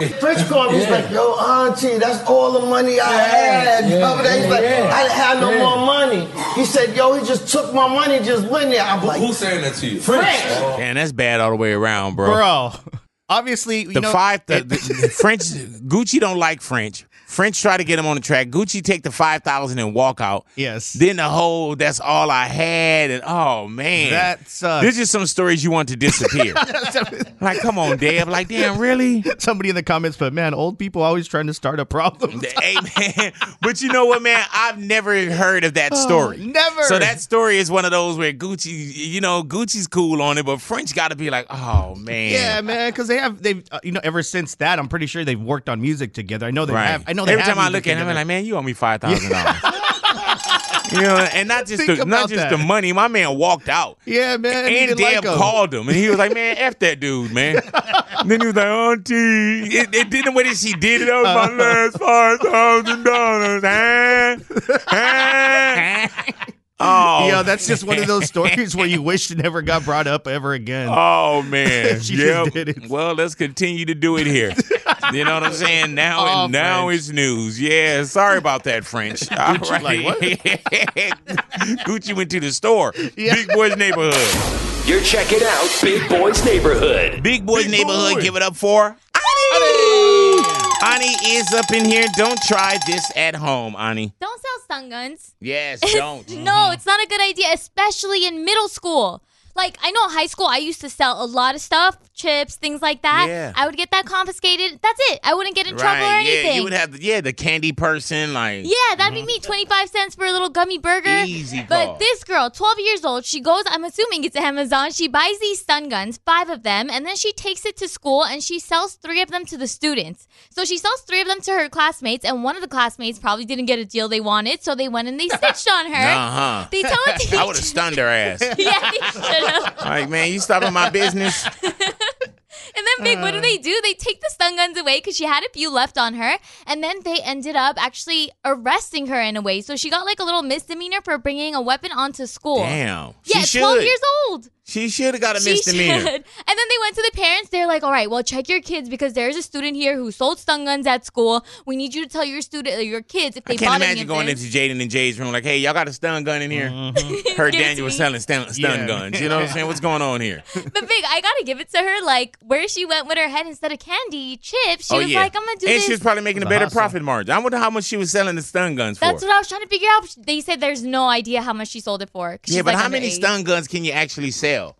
Speaker 20: that French called me, he's
Speaker 13: Yeah.
Speaker 20: like, yo, auntie, that's all the money I
Speaker 13: Yeah,
Speaker 20: had.
Speaker 13: yeah,
Speaker 20: Over there, he's
Speaker 13: yeah,
Speaker 20: like,
Speaker 13: yeah.
Speaker 20: I didn't have no
Speaker 13: Yeah.
Speaker 20: more money. He said, yo, he just took my money and just went there. I'm like,
Speaker 1: Who's saying that to you?
Speaker 20: French.
Speaker 1: Damn, that's bad all the way around, bro.
Speaker 7: Bro, obviously, you
Speaker 1: the
Speaker 7: know,
Speaker 1: five the, the
Speaker 7: *laughs*
Speaker 1: French Gucci don't like French. French try to get him on the track. Gucci take the five thousand and walk out.
Speaker 7: Yes.
Speaker 1: Then the whole that's all I had and oh man,
Speaker 7: That sucks.
Speaker 1: This is some stories you want
Speaker 7: *laughs*
Speaker 1: to disappear. like, come on, Deb. Like, damn, really?
Speaker 7: Somebody in the comments, but man, old people always trying to start a problem.
Speaker 1: hey man, but you know what, man? I've never heard of that story.
Speaker 7: Oh, never.
Speaker 1: So that story is one of those where Gucci, you know, Gucci's cool on it, but French got to be like, oh
Speaker 7: *laughs*
Speaker 1: man,
Speaker 7: Yeah, man, because they have they've uh, you know ever since that I'm pretty sure they've worked on music together. I know they
Speaker 1: right.
Speaker 7: have. I know they
Speaker 1: Every
Speaker 7: have
Speaker 1: time I
Speaker 7: music
Speaker 1: look at him, I'm
Speaker 7: together.
Speaker 1: like, man, you owe me five thousand
Speaker 7: *laughs*
Speaker 1: dollars. You know, and not just
Speaker 7: Think
Speaker 1: the, not
Speaker 7: about
Speaker 1: just
Speaker 7: that.
Speaker 1: the money. My man walked out.
Speaker 7: yeah, man. he
Speaker 1: and
Speaker 7: didn't like
Speaker 1: Deb
Speaker 7: 'em.
Speaker 1: called him, and he was like,
Speaker 7: *laughs*
Speaker 1: "Man, f that dude, man." And then he was like, "Auntie," it, it didn't. What did she did? That was
Speaker 7: Uh-huh.
Speaker 1: my last five thousand dollars. Oh,
Speaker 7: *laughs* Yo, that's just one of those stories where you wish it never got brought up ever again.
Speaker 1: Oh
Speaker 7: *laughs*
Speaker 1: man,
Speaker 7: She just
Speaker 1: yep.
Speaker 7: did
Speaker 1: Well, let's continue to do it here. You know what I'm saying? Now
Speaker 7: Oh,
Speaker 1: and now it's news. Yeah, sorry about that, French. All
Speaker 7: *laughs*
Speaker 1: right,
Speaker 7: Gucci like, what?
Speaker 1: *laughs* Gucci went to the store. Big boy's neighborhood.
Speaker 9: You're checking out Big Boy's neighborhood.
Speaker 1: Big boy's neighborhood. Give it up for Ani is up in here. Don't try this at home, Ani.
Speaker 8: *laughs* Don't sell stun guns. *laughs*
Speaker 1: Yes,
Speaker 8: It's-
Speaker 1: don't.
Speaker 8: no, it's not a good idea, especially in middle school. Like I know in high school I used to sell a lot of stuff, chips, things like that.
Speaker 1: Yeah.
Speaker 8: I would get that confiscated. That's it. I wouldn't get in trouble or
Speaker 1: Right,
Speaker 8: anything.
Speaker 1: Yeah, you would have the, yeah the candy person like
Speaker 8: Yeah, that'd be me. Twenty-five cents for a little gummy burger.
Speaker 1: Uh-huh. Easy call.
Speaker 8: But this girl, twelve years old, she goes. I'm assuming it's Amazon. She buys these stun guns, five of them, and then she takes it to school and she sells three of them to the students. So she sells three of them to her classmates, and one of the classmates probably didn't get a deal they wanted, so they went and
Speaker 1: *laughs*
Speaker 8: they snitched on her.
Speaker 1: Uh huh. *laughs*
Speaker 8: They tell her to.
Speaker 1: I would have stunned her
Speaker 8: *laughs*
Speaker 1: ass.
Speaker 8: yeah, they should have.
Speaker 1: Like man, you stopping my business?
Speaker 8: And then, Big, what do they do? They take the stun guns away because she had a few left on her. And then they ended up actually arresting her in a way. So she got like a little misdemeanor for bringing a weapon onto school.
Speaker 1: Damn.
Speaker 8: Yeah,
Speaker 1: she
Speaker 8: 12
Speaker 1: should.
Speaker 8: years old.
Speaker 1: She should have got a
Speaker 8: She
Speaker 1: misdemeanor.
Speaker 8: should. And then they went to the parents. They're like, all right, well, check your kids because there's a student here who sold stun guns at school. We need you to tell your student, uh, your kids if they
Speaker 1: I can't
Speaker 8: bought any
Speaker 1: imagine
Speaker 8: of
Speaker 1: going
Speaker 8: this.
Speaker 1: into Jaden and Jay's room like, hey, y'all got a stun gun in
Speaker 8: *laughs*
Speaker 1: here? Heard
Speaker 8: Give it to
Speaker 1: Daniel was
Speaker 8: me.
Speaker 1: selling stun, stun
Speaker 7: Yeah.
Speaker 1: guns. You know what I'm saying? What's going on here?
Speaker 8: But Big, I gotta give it to her. Like where she went with her head instead of candy chips, she
Speaker 1: oh,
Speaker 8: was
Speaker 1: yeah.
Speaker 8: like, "I'm gonna do
Speaker 1: and
Speaker 8: this."
Speaker 1: she was probably making a
Speaker 7: The
Speaker 1: better
Speaker 7: hustle.
Speaker 1: profit margin. I wonder how much she was selling the stun guns
Speaker 8: That's
Speaker 1: for.
Speaker 8: what I was trying to figure out. They said there's no idea how much she sold it for. 'cause
Speaker 1: yeah,
Speaker 8: she's,
Speaker 1: but
Speaker 8: like,
Speaker 1: how many
Speaker 8: underage.
Speaker 1: stun guns can you actually sell?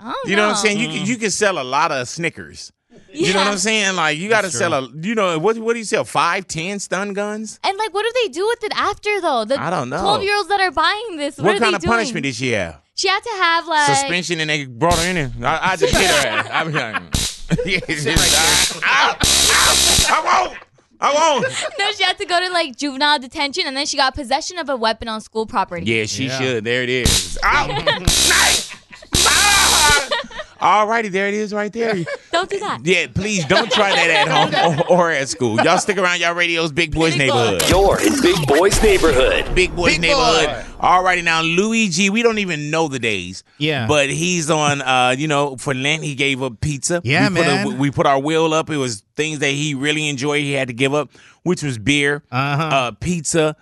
Speaker 8: I don't
Speaker 1: You know what I'm saying? You can, you can sell a lot of Snickers. You know what I'm
Speaker 8: Oh, Yeah.
Speaker 1: saying? Like you got to
Speaker 7: That's
Speaker 1: sell a you know what what do you sell? Five, ten stun guns?
Speaker 8: And like, what do they do with it after though? The
Speaker 1: I don't know.
Speaker 8: Twelve year olds that are buying this. What,
Speaker 1: what
Speaker 8: are
Speaker 1: kind
Speaker 8: they
Speaker 1: of
Speaker 8: doing?
Speaker 1: punishment did she have?
Speaker 8: She had to have like
Speaker 1: suspension and they brought her in here. I, I just hit her ass. I was like, *laughs* yeah, just, I, I, I won't. I won't.
Speaker 8: No, she had to go to like juvenile detention, and then she got possession of a weapon on school property.
Speaker 1: Yeah, she should. There it is. Ow. Nice. Ah. All righty, there it is right there.
Speaker 8: *laughs* Don't do that.
Speaker 1: Yeah, please don't try that at home or, or at school. Y'all stick around y'all radios, Big Boys Neighborhood.
Speaker 9: You're in Big Boys Neighborhood.
Speaker 1: Big Boys Neighborhood. Alrighty now, Luigi, we don't even know the days.
Speaker 7: Yeah.
Speaker 1: But he's on uh, you know, for Lent he gave up pizza.
Speaker 7: Yeah,
Speaker 1: we put a-
Speaker 7: man.
Speaker 1: we put our will up. It was things that he really enjoyed he had to give up, which was beer, uh-huh. pizza.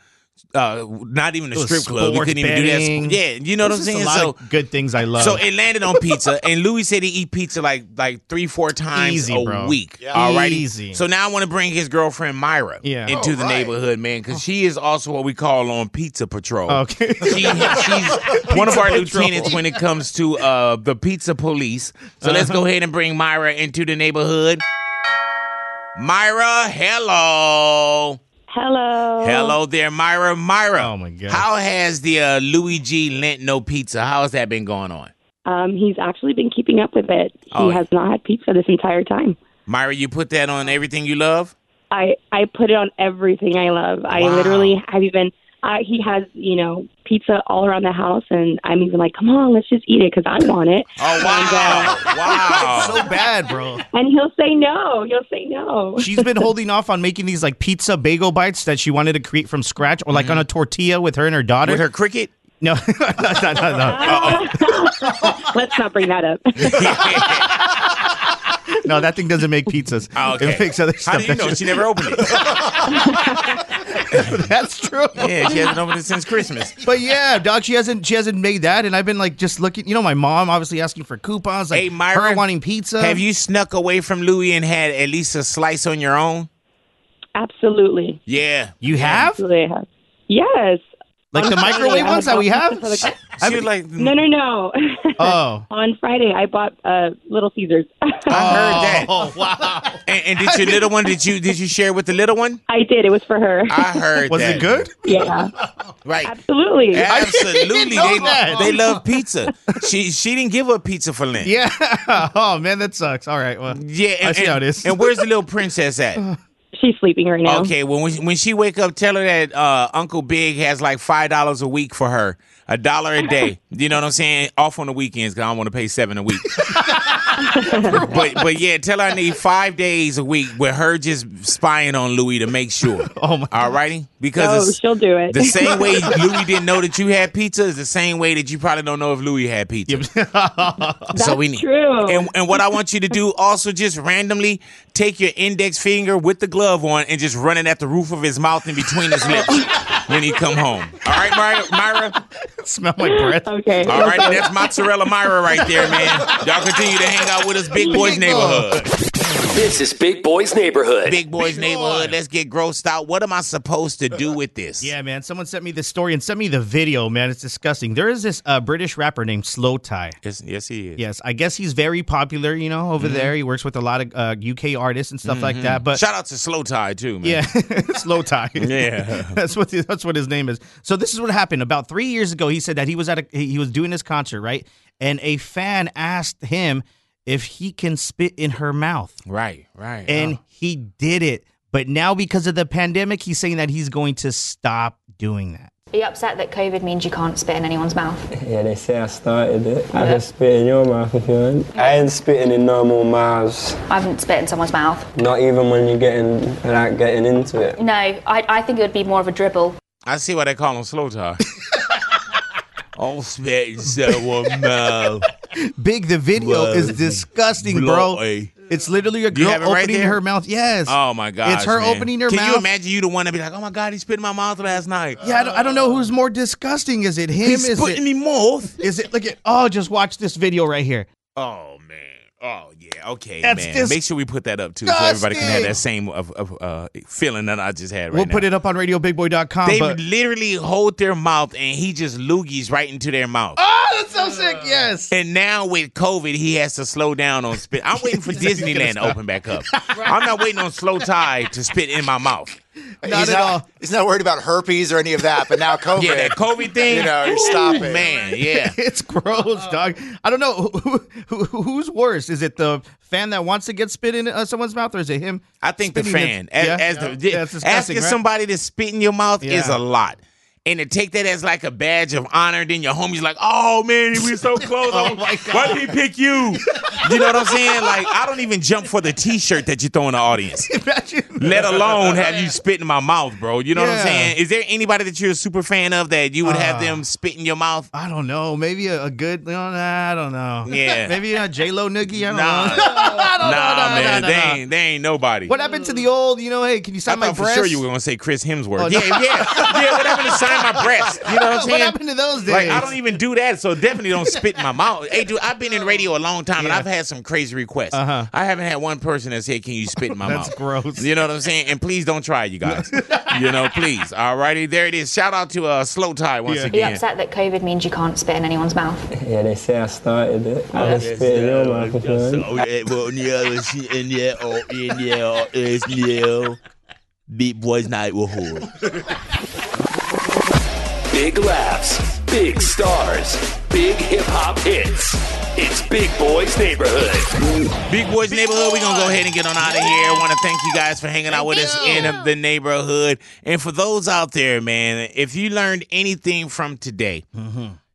Speaker 1: Uh, not even a
Speaker 7: It was
Speaker 1: strip club. We
Speaker 7: sports
Speaker 1: couldn't even do
Speaker 7: betting.
Speaker 1: that. Yeah, you know what I'm
Speaker 7: There's just
Speaker 1: saying.
Speaker 7: A lot
Speaker 1: so
Speaker 7: of good things I love.
Speaker 1: so it landed on pizza, and Louis said he eat pizza like like three, four times
Speaker 7: Easy,
Speaker 1: a
Speaker 7: bro.
Speaker 1: week.
Speaker 7: Yeah.
Speaker 1: All right,
Speaker 7: Easy.
Speaker 1: So now I want to bring his girlfriend Myra
Speaker 7: Yeah.
Speaker 1: into the neighborhood, man, because she is also what we call on pizza patrol.
Speaker 7: Okay. *laughs*
Speaker 1: She- she's *laughs* one of
Speaker 7: Pizza
Speaker 1: our
Speaker 7: patrol.
Speaker 1: lieutenants when it comes to uh, the pizza police. So let's go
Speaker 7: Uh-huh.
Speaker 1: ahead and bring Myra into the neighborhood. Myra, hello.
Speaker 4: Hello.
Speaker 1: Hello there, Myra. Myra.
Speaker 7: Oh my god.
Speaker 1: How has the uh, Luigi Lent No Pizza? How has that been going on?
Speaker 4: Um, he's actually been keeping up with it. He
Speaker 1: Oh.
Speaker 4: has not had pizza this entire time.
Speaker 1: Myra, you put that on everything you love?
Speaker 4: I I put it on everything I love. I
Speaker 1: Wow.
Speaker 4: literally have even. I he has you know pizza all around the house, and I'm even like, come on, let's just eat it because I want it.
Speaker 1: Oh wow.
Speaker 4: *laughs*
Speaker 1: wow.
Speaker 7: so bad, bro.
Speaker 4: And he'll say no. He'll say
Speaker 1: oh.
Speaker 4: no.
Speaker 7: She's been holding off on making these like pizza bagel bites that she wanted to create from scratch, or like on a tortilla with her and her daughter.
Speaker 1: Mm-hmm. With her cricket?
Speaker 7: No, *laughs* no, no, no.
Speaker 4: *laughs*
Speaker 1: *laughs*
Speaker 4: let's not bring that up.
Speaker 7: No, that thing doesn't make pizzas.
Speaker 1: Oh. Okay.
Speaker 7: It makes other
Speaker 1: How
Speaker 7: stuff.
Speaker 1: do you know? She never opened
Speaker 7: *laughs*
Speaker 1: it. *laughs*
Speaker 7: That's true.
Speaker 1: Yeah, she hasn't opened it since Christmas.
Speaker 7: But yeah, dog, she hasn't she hasn't made that, and I've been like just looking. You know, my mom obviously asking for coupons, like
Speaker 1: Hey, Myra,
Speaker 7: her wanting pizza.
Speaker 1: Have you snuck away from Louis and had at least a slice on your own?
Speaker 4: Absolutely.
Speaker 1: Yeah.
Speaker 7: You have
Speaker 4: Absolutely. I have. Yes.
Speaker 7: like
Speaker 4: On
Speaker 7: the
Speaker 4: Friday,
Speaker 7: microwave
Speaker 4: I
Speaker 7: ones Oh, that we
Speaker 4: bought
Speaker 7: have?
Speaker 4: pizza for the-
Speaker 1: *laughs* I mean, like
Speaker 4: No, no, no.
Speaker 7: Oh.
Speaker 4: *laughs* On Friday, I bought uh, Little Caesars.
Speaker 1: I heard that. Oh wow! *laughs* And, and did your little one? Did you did you share with the little one?
Speaker 4: *laughs* I did. It was for her.
Speaker 1: I heard.
Speaker 7: Was
Speaker 1: that.
Speaker 7: it good?
Speaker 4: yeah.
Speaker 1: *laughs* Right.
Speaker 4: Absolutely.
Speaker 1: Absolutely.
Speaker 7: know
Speaker 1: They,
Speaker 7: that.
Speaker 1: they love pizza. She she didn't give up pizza for Lent.
Speaker 7: Yeah. *laughs* Oh man, that sucks. All right. Well,
Speaker 1: Yeah. And,
Speaker 7: I see
Speaker 1: and-
Speaker 7: how it is.
Speaker 1: and where's the little princess at?
Speaker 7: *laughs*
Speaker 4: She's sleeping right now.
Speaker 1: Okay, well, when she, when she wake up, tell her that uh, Uncle Big has like five dollars a week for her, a dollar a
Speaker 4: *laughs*
Speaker 1: day. You know what I'm saying? Off on the weekends because I don't want to pay seven a week. but but yeah, tell her I need five days a week with her just spying on Louis to
Speaker 4: *laughs*
Speaker 1: make sure.
Speaker 7: Oh my.
Speaker 1: All righty,
Speaker 4: No,
Speaker 1: because it's-
Speaker 4: she'll do it.
Speaker 1: the
Speaker 4: *laughs*
Speaker 1: same way Louis didn't know that you had pizza is the same way that you probably don't know if Louis had pizza. *laughs* so we need
Speaker 4: True.
Speaker 1: and, and what I want you to do also just randomly take your index finger with the glove on and just run it at the roof of his mouth and between his lips when he come home. All right, Myra? Myra?
Speaker 7: *laughs* Smell my breath.
Speaker 4: okay.
Speaker 1: All right, that's mozzarella Myra right there, man. Y'all continue to hang out with us, Big Boys Neighborhood.
Speaker 9: This is Big Boys Neighborhood.
Speaker 1: Big Boys Neighborhood, let's get grossed out. What am I supposed to do with this?
Speaker 7: Yeah, man. Someone sent me this story and sent me the video, man. It's disgusting. There is this uh, British rapper named Slow Tie.
Speaker 1: Yes, yes he is. Mm-hmm.
Speaker 7: Yes, I guess he's very popular, you know, over there. He works with a lot of uh, UK artists and stuff like that. But
Speaker 1: Shout out to Slow Tie, too, man.
Speaker 7: yeah, *laughs* slow tie.
Speaker 1: *laughs* Yeah.
Speaker 7: *laughs* that's what that's what his name is. So this is what happened about three years ago. He said that he was at a he he was doing his concert, right? And a fan asked him if he can spit in her mouth,
Speaker 1: Right, right. Oh.
Speaker 7: and he did it. But now because of the pandemic, he's saying that he's going to stop doing that.
Speaker 13: Are you upset that COVID means you can't spit in anyone's mouth?
Speaker 14: Yeah, they say I started it. I can spit in your mouth if you want. I ain't spitting in normal mouths.
Speaker 13: I haven't spit in someone's mouth.
Speaker 14: Not even when you're getting without getting into it.
Speaker 13: No, I, I think it would be more of a dribble.
Speaker 1: I see why they call him Slow
Speaker 7: *laughs*
Speaker 1: Tie. I'll spit in someone's mouth.
Speaker 7: Big, the video
Speaker 1: Blood.
Speaker 7: is disgusting, bro.
Speaker 1: Bloody.
Speaker 7: It's literally a
Speaker 1: You
Speaker 7: girl
Speaker 1: have it right
Speaker 7: opening
Speaker 1: there?
Speaker 7: her mouth. Yes.
Speaker 1: Oh my god!
Speaker 7: It's her opening her
Speaker 1: Can
Speaker 7: mouth.
Speaker 1: you imagine you the one to be like, "Oh my god, he spit in my mouth last night."
Speaker 7: Yeah, I don't, I don't know who's more disgusting. Is it him?
Speaker 1: He's
Speaker 7: is
Speaker 1: spitting
Speaker 7: it,
Speaker 1: me mouth.
Speaker 7: Is it look at? Oh, just watch this video right here.
Speaker 1: Oh man. Oh yeah. Okay,
Speaker 7: That's
Speaker 1: man. Make sure we put that up too, so everybody can have that same of, of, uh, feeling that I just had right
Speaker 7: we'll
Speaker 1: now.
Speaker 7: put it up on RadioBigBoy.com.
Speaker 1: they
Speaker 7: but
Speaker 1: literally hold their mouth, and he just loogies right into their mouth.
Speaker 7: oh, that's so sick. Yes.
Speaker 1: And now with COVID, he has to slow down on spit. I'm
Speaker 7: *laughs*
Speaker 1: waiting for Disneyland to open back up. I'm not waiting on Slow Tide to spit in my mouth.
Speaker 7: Not
Speaker 17: he's
Speaker 7: at
Speaker 17: not,
Speaker 7: all.
Speaker 17: He's not worried about herpes or any of that, but now COVID.
Speaker 1: *laughs* Yeah, that COVID thing.
Speaker 17: You know, you stop it.
Speaker 1: Man, yeah.
Speaker 7: *laughs* it's gross, dog. I don't know who, who, who- who's worse. Is it the fan that wants to get spit in uh, someone's mouth, or is it him?
Speaker 1: I think the
Speaker 7: spitting
Speaker 1: fan.
Speaker 7: in-
Speaker 1: As, as
Speaker 7: Yeah,
Speaker 1: the,
Speaker 7: that's disgusting, *laughs*
Speaker 1: asking
Speaker 7: right?
Speaker 1: somebody to spit in your mouth is
Speaker 7: Yeah.
Speaker 1: a lot. and to take that as like a badge of honor, then your homie's like, oh man, we
Speaker 7: *laughs*
Speaker 1: were so close.
Speaker 25: Oh, my God.
Speaker 1: Why did he pick you? You know what I'm saying? Like, I don't even jump for the t-shirt that you throw in the audience.
Speaker 7: *laughs*
Speaker 1: Let alone have you spit in my mouth, bro. You know what
Speaker 7: Yeah.
Speaker 1: I'm saying? Is there anybody that you're a super fan of that you would have
Speaker 7: Uh,
Speaker 1: them spit in your mouth?
Speaker 7: I don't know. Maybe a, a good. you know, nah, I don't know. *laughs*
Speaker 1: Yeah.
Speaker 7: Maybe a J Lo noogie. I don't
Speaker 1: Nah.
Speaker 7: know. *laughs* I
Speaker 1: Nah,
Speaker 7: don't know, nah,
Speaker 1: man,
Speaker 7: nah,
Speaker 1: they
Speaker 7: nah.
Speaker 1: ain't they ain't nobody.
Speaker 7: What happened to the old? You know, hey, can you sign
Speaker 1: I
Speaker 7: my
Speaker 1: thought for
Speaker 7: breast?
Speaker 1: sure you were gonna say Chris Hemsworth.
Speaker 7: Oh, no.
Speaker 1: yeah,
Speaker 7: *laughs*
Speaker 1: yeah, yeah. What happened to sign my breast? You know what I'm
Speaker 7: What
Speaker 1: saying?
Speaker 7: happened to those
Speaker 1: Like
Speaker 7: days?
Speaker 1: I don't even do that, so definitely don't spit in my mouth. Hey, dude, I've been in radio a long time, and I've had some crazy requests.
Speaker 7: Uh-huh.
Speaker 1: I haven't had one person that said, "Can you spit in
Speaker 7: *laughs*
Speaker 1: my
Speaker 7: That's
Speaker 1: mouth?"
Speaker 7: gross.
Speaker 1: You know what I'm saying? And please don't try, it, you guys. you know, please. All righty, there it is. Shout out to uh, Slow Tie once
Speaker 13: Are you
Speaker 1: again.
Speaker 13: upset that COVID means you can't spit in anyone's mouth?
Speaker 1: *laughs*
Speaker 14: Yeah, they say I started it. I just
Speaker 13: Yes,
Speaker 14: spit in your mouth if you want.
Speaker 1: Oh, yeah, well, yeah, well, she- and yeah, oh, and yeah, oh, it's yeah. Big boys night will hold.
Speaker 9: Big laughs, big stars, big hip hop hits. It's Big Boys Neighborhood.
Speaker 1: Big Boys *laughs* Neighborhood, we're going to go ahead and get on out of here. want to thank you guys for hanging out with us in the neighborhood. And for those out there, man, if you learned anything from today,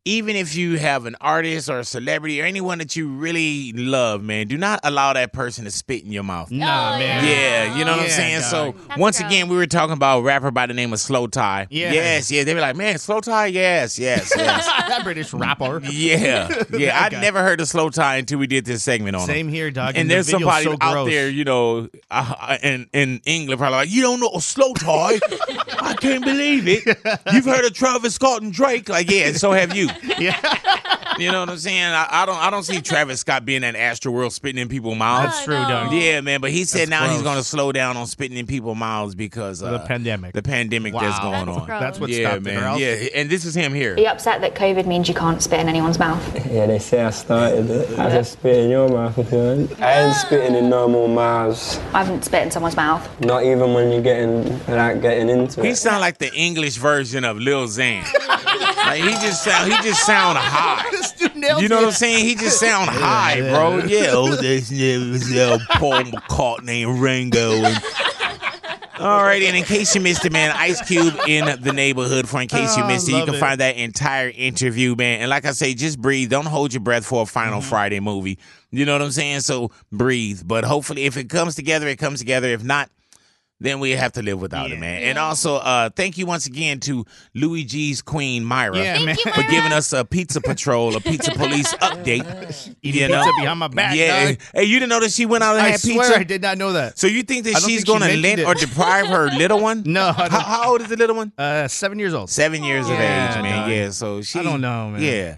Speaker 1: even if you have an artist or a celebrity or anyone that you really love, man, do not allow that person to spit in your mouth.
Speaker 7: Nah, man.
Speaker 1: Yeah, you know what I'm
Speaker 7: Yeah,
Speaker 1: saying?
Speaker 7: dog.
Speaker 1: So once again, we were talking about a rapper by the name of Slow Tie.
Speaker 7: Yeah.
Speaker 1: Yes, yeah. They were like, man, Slow Tie,
Speaker 7: *laughs*
Speaker 1: yes, yes, yes.
Speaker 7: *laughs* that British rapper.
Speaker 1: Yeah, yeah. I'd
Speaker 7: Okay.
Speaker 1: never heard of slow tie until we did this segment on
Speaker 7: Same
Speaker 1: him.
Speaker 7: here, dog.
Speaker 1: And
Speaker 7: the
Speaker 1: there's
Speaker 7: video's
Speaker 1: somebody
Speaker 7: so
Speaker 1: out
Speaker 7: gross.
Speaker 1: there, you know, uh, uh, in in England, probably like, you don't know a slow tie.
Speaker 7: *laughs*
Speaker 1: I can't believe it. You've heard of Travis Scott and Drake, like, yeah, and so have you.
Speaker 7: *laughs* Yeah,
Speaker 1: You know what I'm saying? I, I don't, I don't see Travis Scott being at Astro World spitting in people's mouths.
Speaker 7: That's true, dog.
Speaker 1: Yeah, man. But he said
Speaker 7: That's
Speaker 1: now he's
Speaker 7: gross.
Speaker 1: going to slow down on spitting in people's mouths because uh,
Speaker 7: The pandemic.
Speaker 1: the pandemic that's
Speaker 7: Wow.
Speaker 1: going
Speaker 7: That's
Speaker 1: on.
Speaker 7: gross. That's what
Speaker 1: yeah,
Speaker 7: stopped it, or
Speaker 1: man.
Speaker 7: else-
Speaker 1: Yeah, and this is him here.
Speaker 13: Are you upset that COVID means you can't spit in anyone's mouth?
Speaker 14: Yeah, they say I started it. I just spit in your mouth if you want. I ain't spitting in normal mouths.
Speaker 13: I haven't spit in someone's mouth.
Speaker 14: Not even when you're getting like getting into
Speaker 1: He
Speaker 14: it.
Speaker 1: sound like the English version of Lil Xan. like he just sound he just sound high.
Speaker 7: this dude nailed
Speaker 1: *laughs* You know what I'm
Speaker 7: it.
Speaker 1: saying? He just sound high, bro. Yeah,
Speaker 7: *laughs*
Speaker 1: oh, this is uh, Paul McCartney and Ringo. And... All right, and in case you missed it, man, Ice Cube in the neighborhood. For in case you
Speaker 7: Oh, I
Speaker 1: missed it, you
Speaker 7: love
Speaker 1: can
Speaker 7: it.
Speaker 1: find that entire interview, man. And like I say, just breathe. Don't hold your breath for a Final
Speaker 7: Mm-hmm.
Speaker 1: Friday movie. You know what I'm saying? So breathe. But hopefully, if it comes together, it comes together. If not, then we have to live without it, man. And also, uh, thank you once again to Louis G's Queen Myra
Speaker 7: Yeah, Thank man. you,
Speaker 1: for giving us a pizza patrol, a pizza
Speaker 7: *laughs*
Speaker 1: police update.
Speaker 7: Eating pizza behind my back,
Speaker 1: Yeah.
Speaker 7: dog.
Speaker 1: Hey, you didn't know that she went out and
Speaker 7: I
Speaker 1: had
Speaker 7: swear
Speaker 1: pizza.
Speaker 7: I did not know that.
Speaker 1: So you think that
Speaker 7: I don't
Speaker 1: she's
Speaker 7: think she
Speaker 1: going to
Speaker 7: mentioned
Speaker 1: lint
Speaker 7: it.
Speaker 1: or deprive her little one?
Speaker 7: *laughs* No, I
Speaker 1: How,
Speaker 7: don't-
Speaker 1: how old is the little one?
Speaker 7: uh, seven years old.
Speaker 1: Seven years of
Speaker 7: Yeah,
Speaker 1: age, man.
Speaker 7: dog.
Speaker 1: Yeah. So she.
Speaker 7: I don't know, man.
Speaker 1: Yeah.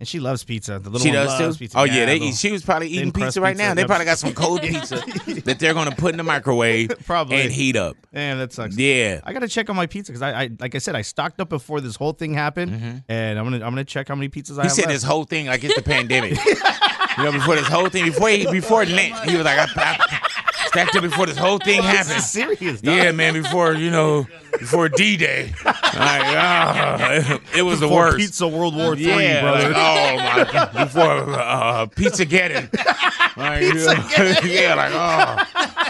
Speaker 7: And she loves pizza. The little
Speaker 1: she
Speaker 7: one
Speaker 1: does
Speaker 7: loves
Speaker 1: too.
Speaker 7: pizza.
Speaker 1: Oh yeah, they
Speaker 7: little-
Speaker 1: eat, she was probably eating
Speaker 7: thin crust
Speaker 1: pizza right
Speaker 7: pizza,
Speaker 1: now. They
Speaker 7: yep. *laughs*
Speaker 1: probably got some cold pizza that they're going to put in the microwave
Speaker 7: Probably.
Speaker 1: and heat up.
Speaker 7: Damn, that sucks.
Speaker 1: Yeah.
Speaker 7: I gotta check on my pizza because I, I, like I said, I stocked up before this whole thing happened, and I'm gonna, I'm gonna check how many pizzas I
Speaker 1: He
Speaker 7: have.
Speaker 1: Mm-hmm. said
Speaker 7: left.
Speaker 1: this whole thing like
Speaker 7: *laughs*
Speaker 1: it's the pandemic. you know, before this whole thing, before he, before Lent, he was like, I, I stacked up before this whole thing
Speaker 7: *laughs* This is
Speaker 1: happened.
Speaker 7: serious, dog.
Speaker 1: Yeah, man, before you know, before D Day, it was the
Speaker 7: Before
Speaker 1: worst.
Speaker 7: Pizza World War Three,
Speaker 1: yeah,
Speaker 7: brother.
Speaker 1: like, oh my god, before uh, Pizza Getting, like, you know, *laughs* yeah,
Speaker 7: *laughs*
Speaker 1: like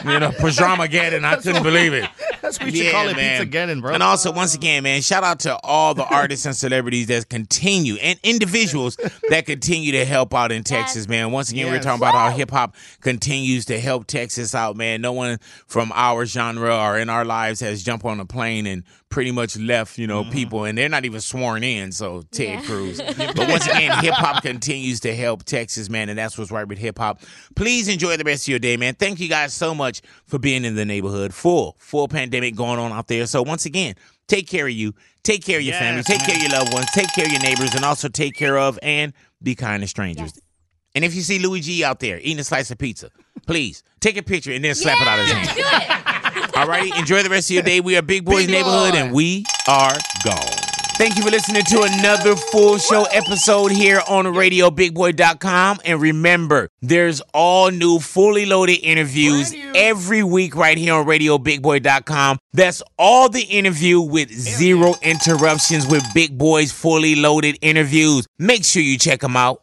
Speaker 1: oh, you know, pajama Getting, I Oh, couldn't believe it.
Speaker 7: *laughs* That's what you should call it, pizza getting, bro.
Speaker 1: And also, once again, man, shout out to all the artists and celebrities that continue and individuals that continue to help out in Texas, man. Once again, we're
Speaker 7: Yes.
Speaker 1: talking about how hip hop continues to help Texas out, man. No one from our genre or in our lives has jumped on a plane and pretty much left, you
Speaker 7: Mm-hmm.
Speaker 1: know, people, and they're not even sworn in. So Ted Cruz, but once again, hip hop continues to help Texas, man, and that's what's right with hip hop. Please enjoy the rest of your day, man. Thank you guys so much for being in the neighborhood. Full, full pandemic going on out there. So once again, take care of you, take care of your
Speaker 7: Yes,
Speaker 1: family, take
Speaker 7: man.
Speaker 1: care of your loved ones, take care of your neighbors, and also take care of and be kind to strangers. And if you see Luigi out there eating a slice of pizza, please take a picture and then slap it out of his hand. All righty, enjoy the rest of your day. We are Big Boys Neighborhood, and we are *laughs* gone. Thank you for listening to another full show episode here on RadioBigBoy.com. And remember, there's all new fully loaded interviews every week right here on RadioBigBoy.com. That's all the interview with zero interruptions with Big Boy's fully loaded interviews. Make sure you check them out.